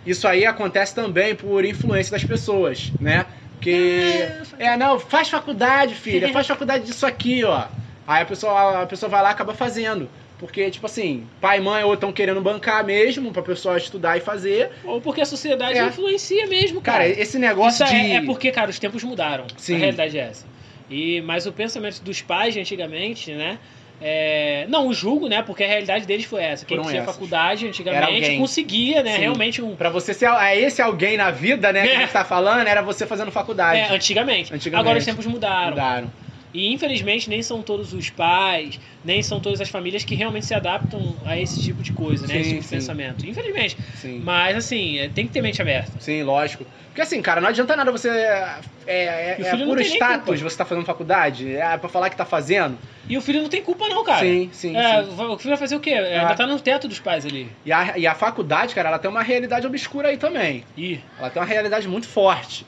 Speaker 2: isso aí acontece também por influência das pessoas, né? Que.
Speaker 1: Ah,
Speaker 2: É, não, faz faculdade, filha, faz faculdade disso aqui, ó. Aí a pessoa, a pessoa vai lá e acaba fazendo. Porque, tipo assim, pai e mãe ou estão querendo bancar mesmo pra pessoa estudar e fazer.
Speaker 1: Ou porque a sociedade
Speaker 2: É.
Speaker 1: influencia mesmo, cara.
Speaker 2: Cara, esse negócio
Speaker 1: Isso
Speaker 2: de.
Speaker 1: é, é porque, cara, os tempos mudaram.
Speaker 2: Sim.
Speaker 1: A realidade é essa. E, mas o pensamento dos pais de antigamente, né? é, não o julgo, né? Porque a realidade deles foi essa. Quem
Speaker 2: Foram
Speaker 1: tinha
Speaker 2: essas.
Speaker 1: faculdade
Speaker 2: Era
Speaker 1: antigamente
Speaker 2: alguém.
Speaker 1: conseguia, né?
Speaker 2: Sim.
Speaker 1: Realmente um.
Speaker 2: Pra você ser a- esse alguém na vida, né, que a
Speaker 1: É.
Speaker 2: gente tá falando, era você fazendo faculdade.
Speaker 1: É, antigamente.
Speaker 2: Antigamente.
Speaker 1: Agora os tempos mudaram.
Speaker 2: Mudaram.
Speaker 1: E infelizmente nem são todos os pais, nem são todas as famílias que realmente se adaptam a esse tipo de coisa, né?
Speaker 2: Sim,
Speaker 1: esse tipo de
Speaker 2: sim.
Speaker 1: pensamento. Infelizmente.
Speaker 2: Sim.
Speaker 1: Mas assim, é, tem que ter mente aberta.
Speaker 2: Sim, lógico. Porque assim, cara, não adianta nada você. É, é,
Speaker 1: E o
Speaker 2: é
Speaker 1: filho não
Speaker 2: puro
Speaker 1: tem nem
Speaker 2: status
Speaker 1: culpa.
Speaker 2: você tá fazendo faculdade? É pra falar que tá fazendo?
Speaker 1: E o filho não tem culpa, não, cara.
Speaker 2: sim, sim,
Speaker 1: É,
Speaker 2: sim.
Speaker 1: vai- O filho vai fazer o quê? É,
Speaker 2: Ah.
Speaker 1: Ainda tá no teto dos pais ali.
Speaker 2: E a, e a faculdade, cara, ela tem uma realidade obscura aí também.
Speaker 1: Ih,
Speaker 2: Ela tem uma realidade muito forte.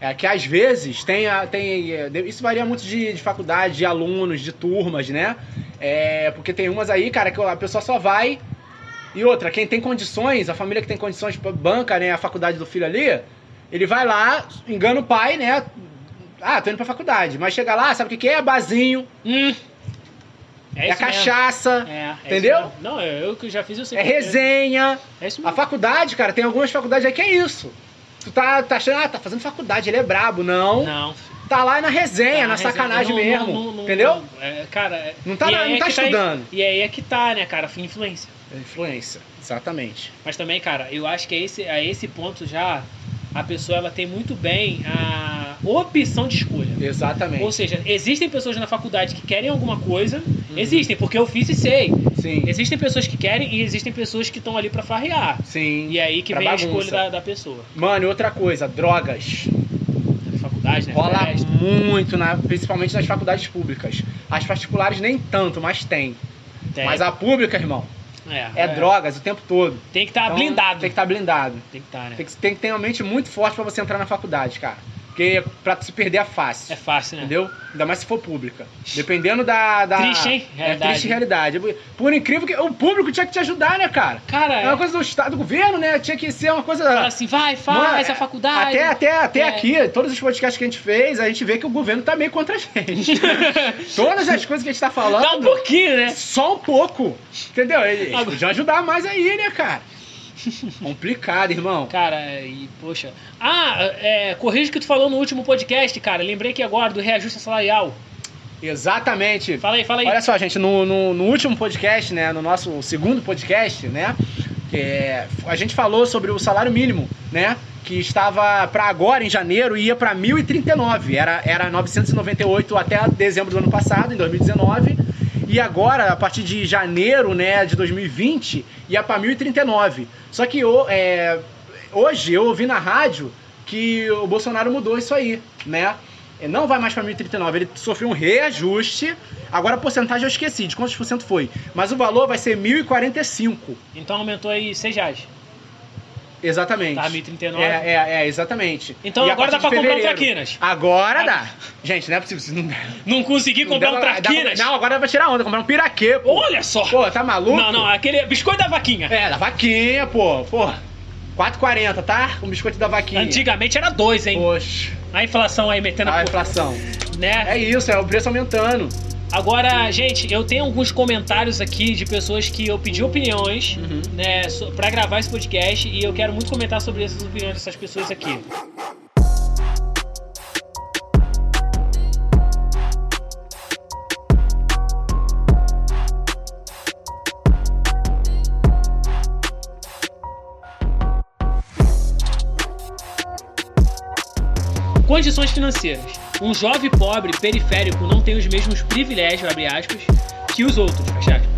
Speaker 2: É que às vezes tem. a- tem é, de- isso varia muito de, de faculdade, de alunos, de turmas, né? É, porque tem umas aí, cara, que a pessoa só vai. E outra, quem tem condições, a família que tem condições tipo, banca, né? A faculdade do filho ali, ele vai lá, engana o pai, né? Ah, tô indo pra faculdade. Mas chega lá, sabe o que, que é? Bazinho,
Speaker 1: Hum. isso
Speaker 2: é,
Speaker 1: mesmo.
Speaker 2: cachaça,
Speaker 1: É, é
Speaker 2: Entendeu?
Speaker 1: isso mesmo. Não, eu, eu que já fiz, eu sei.
Speaker 2: é
Speaker 1: que eu-
Speaker 2: resenha.
Speaker 1: É isso
Speaker 2: A
Speaker 1: mesmo.
Speaker 2: faculdade, cara, tem algumas faculdades aí que é isso. Tu tá, tá achando, ah, tá fazendo faculdade, ele é brabo. Não.
Speaker 1: Não.
Speaker 2: Tá lá na resenha,
Speaker 1: Tá,
Speaker 2: na
Speaker 1: mas é-
Speaker 2: sacanagem
Speaker 1: não, não,
Speaker 2: mesmo.
Speaker 1: não, não,
Speaker 2: entendeu?
Speaker 1: não. É, cara, é-
Speaker 2: Não tá,
Speaker 1: e
Speaker 2: na-
Speaker 1: aí
Speaker 2: não
Speaker 1: é
Speaker 2: tá
Speaker 1: que
Speaker 2: estudando.
Speaker 1: E aí é que tá, né, cara? Influência.
Speaker 2: Influência, exatamente.
Speaker 1: é Mas também, cara, eu acho que a esse, a esse ponto já a pessoa ela tem muito bem a opção de escolha.
Speaker 2: Exatamente.
Speaker 1: Ou seja, existem pessoas na faculdade que querem alguma coisa,
Speaker 2: Uhum.
Speaker 1: existem, porque eu fiz e sei.
Speaker 2: Sim.
Speaker 1: Existem pessoas que querem e existem pessoas que estão ali pra farrear.
Speaker 2: Sim.
Speaker 1: E é aí que
Speaker 2: Pra
Speaker 1: vem a
Speaker 2: bagunça.
Speaker 1: escolha da, da pessoa.
Speaker 2: Mano, e outra coisa, drogas.
Speaker 1: Na faculdade, né?
Speaker 2: Rola
Speaker 1: Festa.
Speaker 2: muito, na, principalmente nas faculdades públicas. As particulares nem tanto, mas tem.
Speaker 1: Tem.
Speaker 2: Mas a pública, irmão, é, drogas o tempo todo.
Speaker 1: Tem que estar
Speaker 2: Então,
Speaker 1: blindado.
Speaker 2: Tem que estar blindado. É.
Speaker 1: Tem que estar, né?
Speaker 2: Tem que, tem que ter uma mente muito forte pra você entrar na faculdade, cara. Porque pra se perder é fácil.
Speaker 1: É fácil, né?
Speaker 2: Entendeu? Ainda mais se for pública. Dependendo da. da-
Speaker 1: Triste, hein?
Speaker 2: É
Speaker 1: Realidade.
Speaker 2: triste realidade. Por incrível que. O público tinha que te ajudar, né, cara?
Speaker 1: Cara,
Speaker 2: É uma coisa do Estado, do governo, né? Tinha que ser uma coisa.
Speaker 1: fala assim, vai, faz
Speaker 2: Mano,
Speaker 1: a faculdade.
Speaker 2: Até, até, até
Speaker 1: É.
Speaker 2: aqui, todos os podcasts que a gente fez, a gente vê que o governo tá meio contra a gente. Todas as coisas que a gente tá falando.
Speaker 1: Dá um pouquinho, né?
Speaker 2: Só um pouco. Entendeu? Eles
Speaker 1: Agora-
Speaker 2: podiam ajudar mais aí, né, cara? Complicado, irmão.
Speaker 1: Cara, e poxa. Ah, é, corrija o que tu falou no último podcast, cara. Lembrei que agora do reajuste salarial.
Speaker 2: Exatamente.
Speaker 1: Fala aí, fala aí.
Speaker 2: Olha só, gente, no, no, no último podcast, né? No nosso segundo podcast, né? que é, a gente falou sobre o salário mínimo, né? Que estava para agora, em janeiro, ia para 1.039. Era, era 998 até dezembro do ano passado, em 2019. E agora, a partir de janeiro né, de 2020, ia para 1.039. Só que o- é, hoje eu ouvi na rádio que o Bolsonaro mudou isso aí, né? Ele Não vai mais para 1.039, ele sofreu um reajuste. Agora a porcentagem eu esqueci, de quantos por cento foi. Mas o valor vai ser 1.045.
Speaker 1: Então aumentou aí 6 reais.
Speaker 2: Exatamente.
Speaker 1: Tá, 1039.
Speaker 2: é, é, é, exatamente.
Speaker 1: Então
Speaker 2: E a
Speaker 1: agora dá
Speaker 2: partir
Speaker 1: pra
Speaker 2: de
Speaker 1: comprar um
Speaker 2: fevereiro-
Speaker 1: traquinas.
Speaker 2: Agora dá. Gente, não é possível. isso Não, dá.
Speaker 1: Não consegui
Speaker 2: não
Speaker 1: comprar
Speaker 2: dá
Speaker 1: um
Speaker 2: pra- dá pra-
Speaker 1: traquinas.
Speaker 2: Não, agora vai tirar onda, comprar um piraquê, pô.
Speaker 1: Olha só.
Speaker 2: Pô, tá maluco?
Speaker 1: Não, não, aquele biscoito da vaquinha.
Speaker 2: É, da vaquinha, pô. Pô, 4,40, tá? O biscoito da vaquinha.
Speaker 1: Antigamente era dois, hein?
Speaker 2: Poxa,
Speaker 1: A inflação aí metendo
Speaker 2: a
Speaker 1: a porra,
Speaker 2: inflação.
Speaker 1: né?
Speaker 2: É isso, é o preço aumentando.
Speaker 1: Agora, gente, eu tenho alguns comentários aqui de pessoas que eu pedi opiniões,
Speaker 2: Uhum.
Speaker 1: né, so- pra gravar esse podcast e eu quero muito comentar sobre essas opiniões dessas pessoas aqui. Condições financeiras. Um jovem pobre periférico não tem os mesmos privilégios, abre aspas, que os outros, fecha aspas.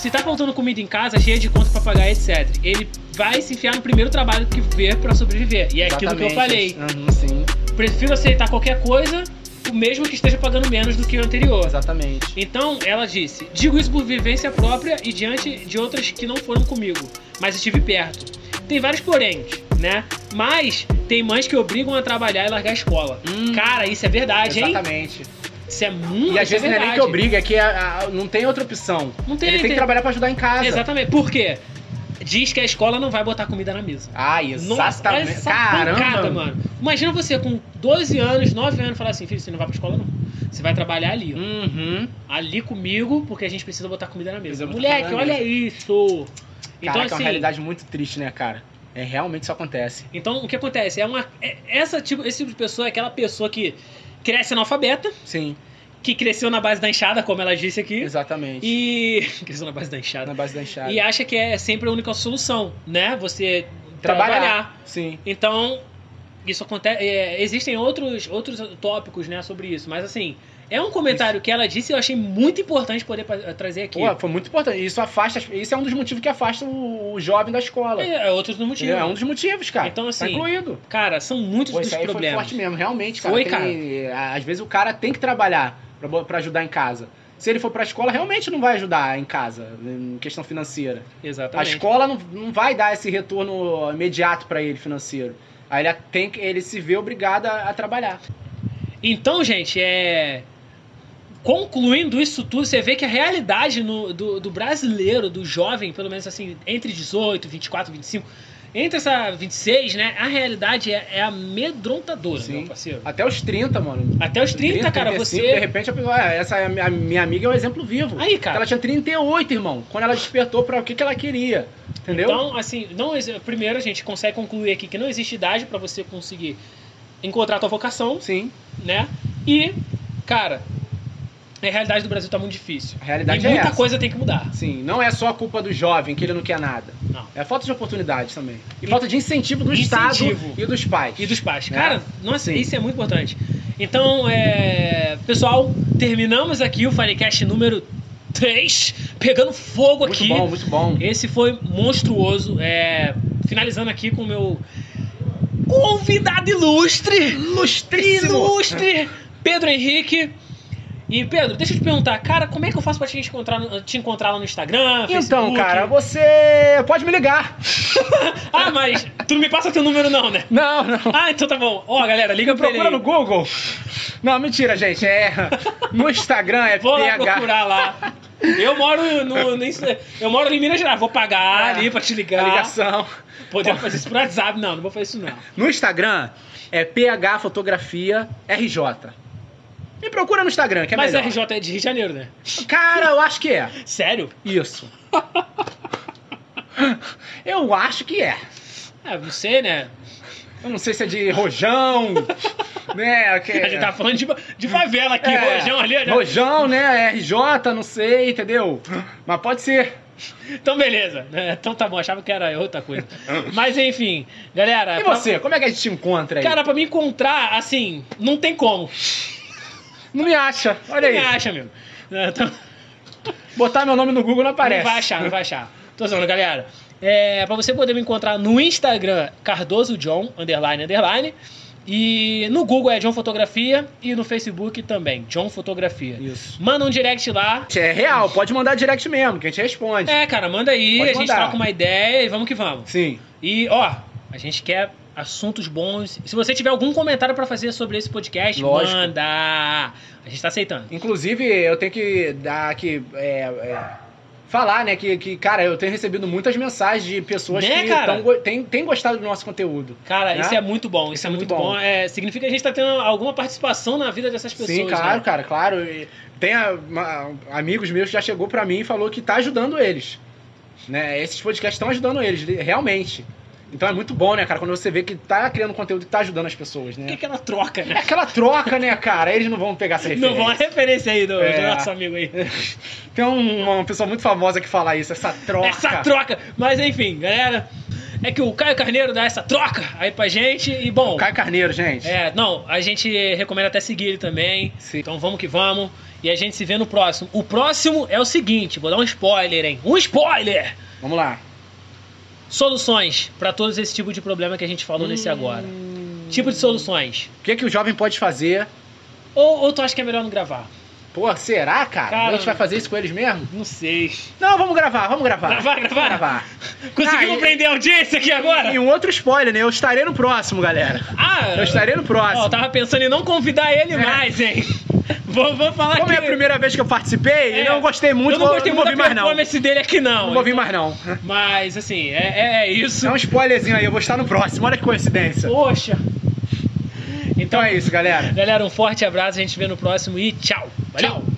Speaker 1: Se tá faltando comida em casa, cheia de conta pra pagar, etc. Ele vai se enfiar no primeiro trabalho que ver pra sobreviver. E é aquilo que eu
Speaker 2: Exatamente.
Speaker 1: falei.
Speaker 2: Uhum, sim,
Speaker 1: Prefiro aceitar qualquer coisa, o mesmo que esteja pagando menos do que o anterior.
Speaker 2: exatamente.
Speaker 1: Então, ela disse: Digo isso por vivência própria e diante de outras que não foram comigo, mas estive perto. Tem vários poréns, né? Mas tem mães que obrigam a trabalhar e largar a escola.
Speaker 2: Hum.
Speaker 1: Cara, isso é verdade, hein?
Speaker 2: Exatamente.
Speaker 1: Isso é muito
Speaker 2: E às vezes não é
Speaker 1: verdade.
Speaker 2: nem que obriga, é que a- a- não tem outra opção.
Speaker 1: Não tem,
Speaker 2: Ele tem
Speaker 1: tem-
Speaker 2: que trabalhar pra ajudar em casa.
Speaker 1: Exatamente. Por quê? Diz que a escola não vai botar comida na mesa. Nossa,
Speaker 2: Ah,
Speaker 1: olha
Speaker 2: exatamente.
Speaker 1: essa pancada,
Speaker 2: Caramba.
Speaker 1: mano. Imagina você com 12 anos, 9 anos, falar assim: filho, você não vai pra escola, não. Você vai trabalhar ali, ó.
Speaker 2: Uhum.
Speaker 1: ali comigo, porque a gente precisa botar comida na mesa.
Speaker 2: Precisa botar
Speaker 1: Moleque,
Speaker 2: comida na
Speaker 1: olha isso! Então,
Speaker 2: Caraca, é uma
Speaker 1: assim,
Speaker 2: realidade muito triste, né, cara? É, realmente isso acontece.
Speaker 1: então o que acontece? É uma, é- essa tipo, esse tipo de pessoa é aquela pessoa que cresce analfabeta,
Speaker 2: Sim,
Speaker 1: que cresceu na base da enxada, como ela disse aqui,
Speaker 2: exatamente.
Speaker 1: e. cresceu na base da enxada.
Speaker 2: Na base da enxada.
Speaker 1: E acha que é sempre a única solução, né? Você
Speaker 2: Trabalhar.
Speaker 1: trabalhar.
Speaker 2: Sim.
Speaker 1: Então, isso acontece. é, existem outros, outros tópicos, né, sobre isso, mas assim. É um comentário que ela disse e eu achei muito importante poder pa- trazer aqui.
Speaker 2: Pô, foi muito importante. Isso afasta. as- Isso é um dos motivos que afasta o, o jovem da escola. É,
Speaker 1: É, é outro motivo.
Speaker 2: um dos motivos, cara.
Speaker 1: Então,
Speaker 2: Tá
Speaker 1: assim,
Speaker 2: incluído.
Speaker 1: Cara, são muitos
Speaker 2: Pô,
Speaker 1: dos
Speaker 2: isso aí foi
Speaker 1: problemas.
Speaker 2: forte mesmo, realmente, cara.
Speaker 1: Foi,
Speaker 2: Tem- Às vezes o cara tem que trabalhar pra, bo- pra ajudar em casa. Se ele for pra escola, realmente não vai ajudar em casa, em questão financeira. A
Speaker 1: Exatamente.
Speaker 2: escola não, não vai dar esse retorno imediato pra ele financeiro. Aí ele, tem, que- ele se vê obrigado a, a trabalhar.
Speaker 1: Então, gente, é. Concluindo isso tudo, você vê que a realidade no- do, do brasileiro, do jovem, pelo menos assim, entre 18, 24, 25, entre essa 26, né? A realidade é, é amedrontadora,
Speaker 2: Sim.
Speaker 1: meu parceiro.
Speaker 2: Até os 30, mano.
Speaker 1: Até os 30, cara,
Speaker 2: 35, De
Speaker 1: você.
Speaker 2: repente, a pessoa- ah, essa é a minha- a minha amiga é um exemplo vivo.
Speaker 1: Aí,
Speaker 2: Ela
Speaker 1: cara.
Speaker 2: tinha 38, irmão, quando ela despertou pra o que, que ela queria. Entendeu?
Speaker 1: Então, assim, não exi- primeiro a gente consegue concluir aqui que não existe idade pra você conseguir encontrar a tua vocação,
Speaker 2: Sim,
Speaker 1: né? E, cara, a realidade do Brasil tá muito difícil.
Speaker 2: a realidade
Speaker 1: e
Speaker 2: é
Speaker 1: muita
Speaker 2: essa.
Speaker 1: coisa tem que mudar.
Speaker 2: Sim, não é só a culpa do jovem que ele não quer nada.
Speaker 1: Não.
Speaker 2: É falta de oportunidade também. E, falta de incentivo do
Speaker 1: Incentivo.
Speaker 2: Estado e dos pais.
Speaker 1: E dos pais.
Speaker 2: É.
Speaker 1: Cara, nossa,
Speaker 2: Sim.
Speaker 1: isso é muito importante. Então, é... pessoal, terminamos aqui o Firecast número 3, pegando fogo
Speaker 2: Muito
Speaker 1: aqui.
Speaker 2: bom, muito bom.
Speaker 1: Esse foi monstruoso. É, Finalizando aqui com o meu convidado ilustre,
Speaker 2: Ilustríssimo!
Speaker 1: ilustre, Pedro Henrique. E Pedro, deixa eu te perguntar, cara, como é que eu faço pra te encontrar, no- te encontrar lá no Instagram?
Speaker 2: Então,
Speaker 1: É, Facebook?
Speaker 2: cara, você pode me ligar.
Speaker 1: Ah, mas tu não me passa teu número, não, né?
Speaker 2: Não, não.
Speaker 1: Ah, então tá bom. Ó, galera, liga pra ele.
Speaker 2: Procura
Speaker 1: aí.
Speaker 2: no Google. Não, mentira, gente. É no Instagram é
Speaker 1: Vou lá
Speaker 2: PH.
Speaker 1: procurar lá. Eu moro no, no Insta- Eu moro ali em Minas Gerais. Vou pagar
Speaker 2: É.
Speaker 1: ali pra te
Speaker 2: A
Speaker 1: ligar.
Speaker 2: ligação.
Speaker 1: Podemos fazer isso por WhatsApp. Não, não vou fazer isso não.
Speaker 2: No Instagram é PH Fotografia RJ. Me procura no Instagram, que é
Speaker 1: Mas
Speaker 2: melhor.
Speaker 1: RJ é de Rio de Janeiro, né?
Speaker 2: Cara, eu acho que é.
Speaker 1: Sério?
Speaker 2: Isso. Eu acho que é.
Speaker 1: Ah, não sei, né?
Speaker 2: Eu não sei se é de rojão, né? Que...
Speaker 1: A gente tá falando de, de favela aqui,
Speaker 2: É,
Speaker 1: rojão ali. né?
Speaker 2: Rojão, né? RJ, não sei, entendeu? Mas pode ser.
Speaker 1: Então, beleza. É, Então tá bom, achava que era outra coisa. Mas enfim, galera.
Speaker 2: E
Speaker 1: pra-
Speaker 2: você, como é que a gente te encontra aí?
Speaker 1: Cara, pra me encontrar, assim, não tem como.
Speaker 2: não me acha. Olha aí.
Speaker 1: Não me acha, meu. É, Então,
Speaker 2: Botar meu nome no Google não aparece.
Speaker 1: Não vai achar, não vai achar. Tô zoando, galera. É, pra você poder me encontrar no Instagram, Cardoso John, underline, underline. E no Google é John Fotografia e no Facebook também, John Fotografia.
Speaker 2: Isso.
Speaker 1: Manda um direct lá.
Speaker 2: É real, pode mandar direct mesmo, que a gente responde.
Speaker 1: É, cara, manda aí,
Speaker 2: Pode
Speaker 1: a gente
Speaker 2: mandar.
Speaker 1: troca uma ideia e vamos que vamos.
Speaker 2: Sim.
Speaker 1: E, ó, a gente quer assuntos bons. Se você tiver algum comentário pra fazer sobre esse podcast,
Speaker 2: Lógico.
Speaker 1: manda! A gente tá aceitando.
Speaker 2: Inclusive, eu tenho que dar aqui. é, é, falar, né? Que, que, cara, eu tenho recebido muitas mensagens de pessoas
Speaker 1: Né,
Speaker 2: que
Speaker 1: cara?
Speaker 2: tão go- têm têm gostado do nosso conteúdo.
Speaker 1: Cara,
Speaker 2: Né?
Speaker 1: isso é muito bom, isso é muito, bom. É, significa que a gente tá tendo alguma participação na vida dessas pessoas.
Speaker 2: Sim, claro,
Speaker 1: né?
Speaker 2: cara, claro. E Tem a- ma- amigos meus que já chegou pra mim e falou que tá ajudando eles. Né? Esses podcasts estão ajudando eles, li- realmente. Então é muito bom, né, cara, quando você vê que tá criando conteúdo que tá ajudando as pessoas,
Speaker 1: O que é
Speaker 2: né?
Speaker 1: aquela troca,
Speaker 2: É
Speaker 1: né?
Speaker 2: aquela troca, né, cara? Eles não vão pegar essa
Speaker 1: Não
Speaker 2: É referência.
Speaker 1: vou a referência aí do, do
Speaker 2: É.
Speaker 1: nosso amigo aí.
Speaker 2: Tem um- uma pessoa muito famosa que fala isso, essa troca.
Speaker 1: Essa troca! Mas enfim, galera, é que o Caio Carneiro dá essa troca aí pra gente e bom.
Speaker 2: Caio Carneiro, gente.
Speaker 1: É, não, a gente recomenda até seguir ele também.
Speaker 2: Sim.
Speaker 1: Então vamos que vamos. E a gente se vê no próximo. O próximo é o seguinte, vou dar um spoiler, hein? Um spoiler!
Speaker 2: Vamos lá.
Speaker 1: Soluções pra todos esse tipo de problema que a gente falou nesse agora. Tipo de soluções.
Speaker 2: O que, que o jovem pode fazer?
Speaker 1: Ou, ou tu acha que é melhor não gravar?
Speaker 2: Pô, será, cara?
Speaker 1: Cara,
Speaker 2: A gente vai fazer isso com eles mesmo?
Speaker 1: Não sei.
Speaker 2: Não, vamos gravar, vamos gravar.
Speaker 1: Gravar, gravar?
Speaker 2: gravar.
Speaker 1: Conseguimos
Speaker 2: Ah, e-
Speaker 1: prender a audiência aqui
Speaker 2: E
Speaker 1: agora?
Speaker 2: um outro spoiler, né? Eu estarei no próximo, galera.
Speaker 1: Ah,
Speaker 2: Eu estarei no próximo.
Speaker 1: ó, eu tava pensando em não convidar ele
Speaker 2: É.
Speaker 1: mais, hein? Vou, vou falar
Speaker 2: Como
Speaker 1: que...
Speaker 2: é a primeira vez que eu participei,
Speaker 1: É,
Speaker 2: eu não gostei muito,
Speaker 1: eu não gostei
Speaker 2: vou
Speaker 1: muito
Speaker 2: vir
Speaker 1: da
Speaker 2: mais não.
Speaker 1: performance dele aqui, não.
Speaker 2: Não vou vir mais não.
Speaker 1: Mas, assim, é, é- é isso.
Speaker 2: Dá um spoilerzinho aí, eu vou estar no próximo. Olha que coincidência.
Speaker 1: Poxa. Então,
Speaker 2: Então é isso, galera.
Speaker 1: galera, um forte abraço. A gente se vê no próximo e tchau. Valeu.
Speaker 2: Tchau.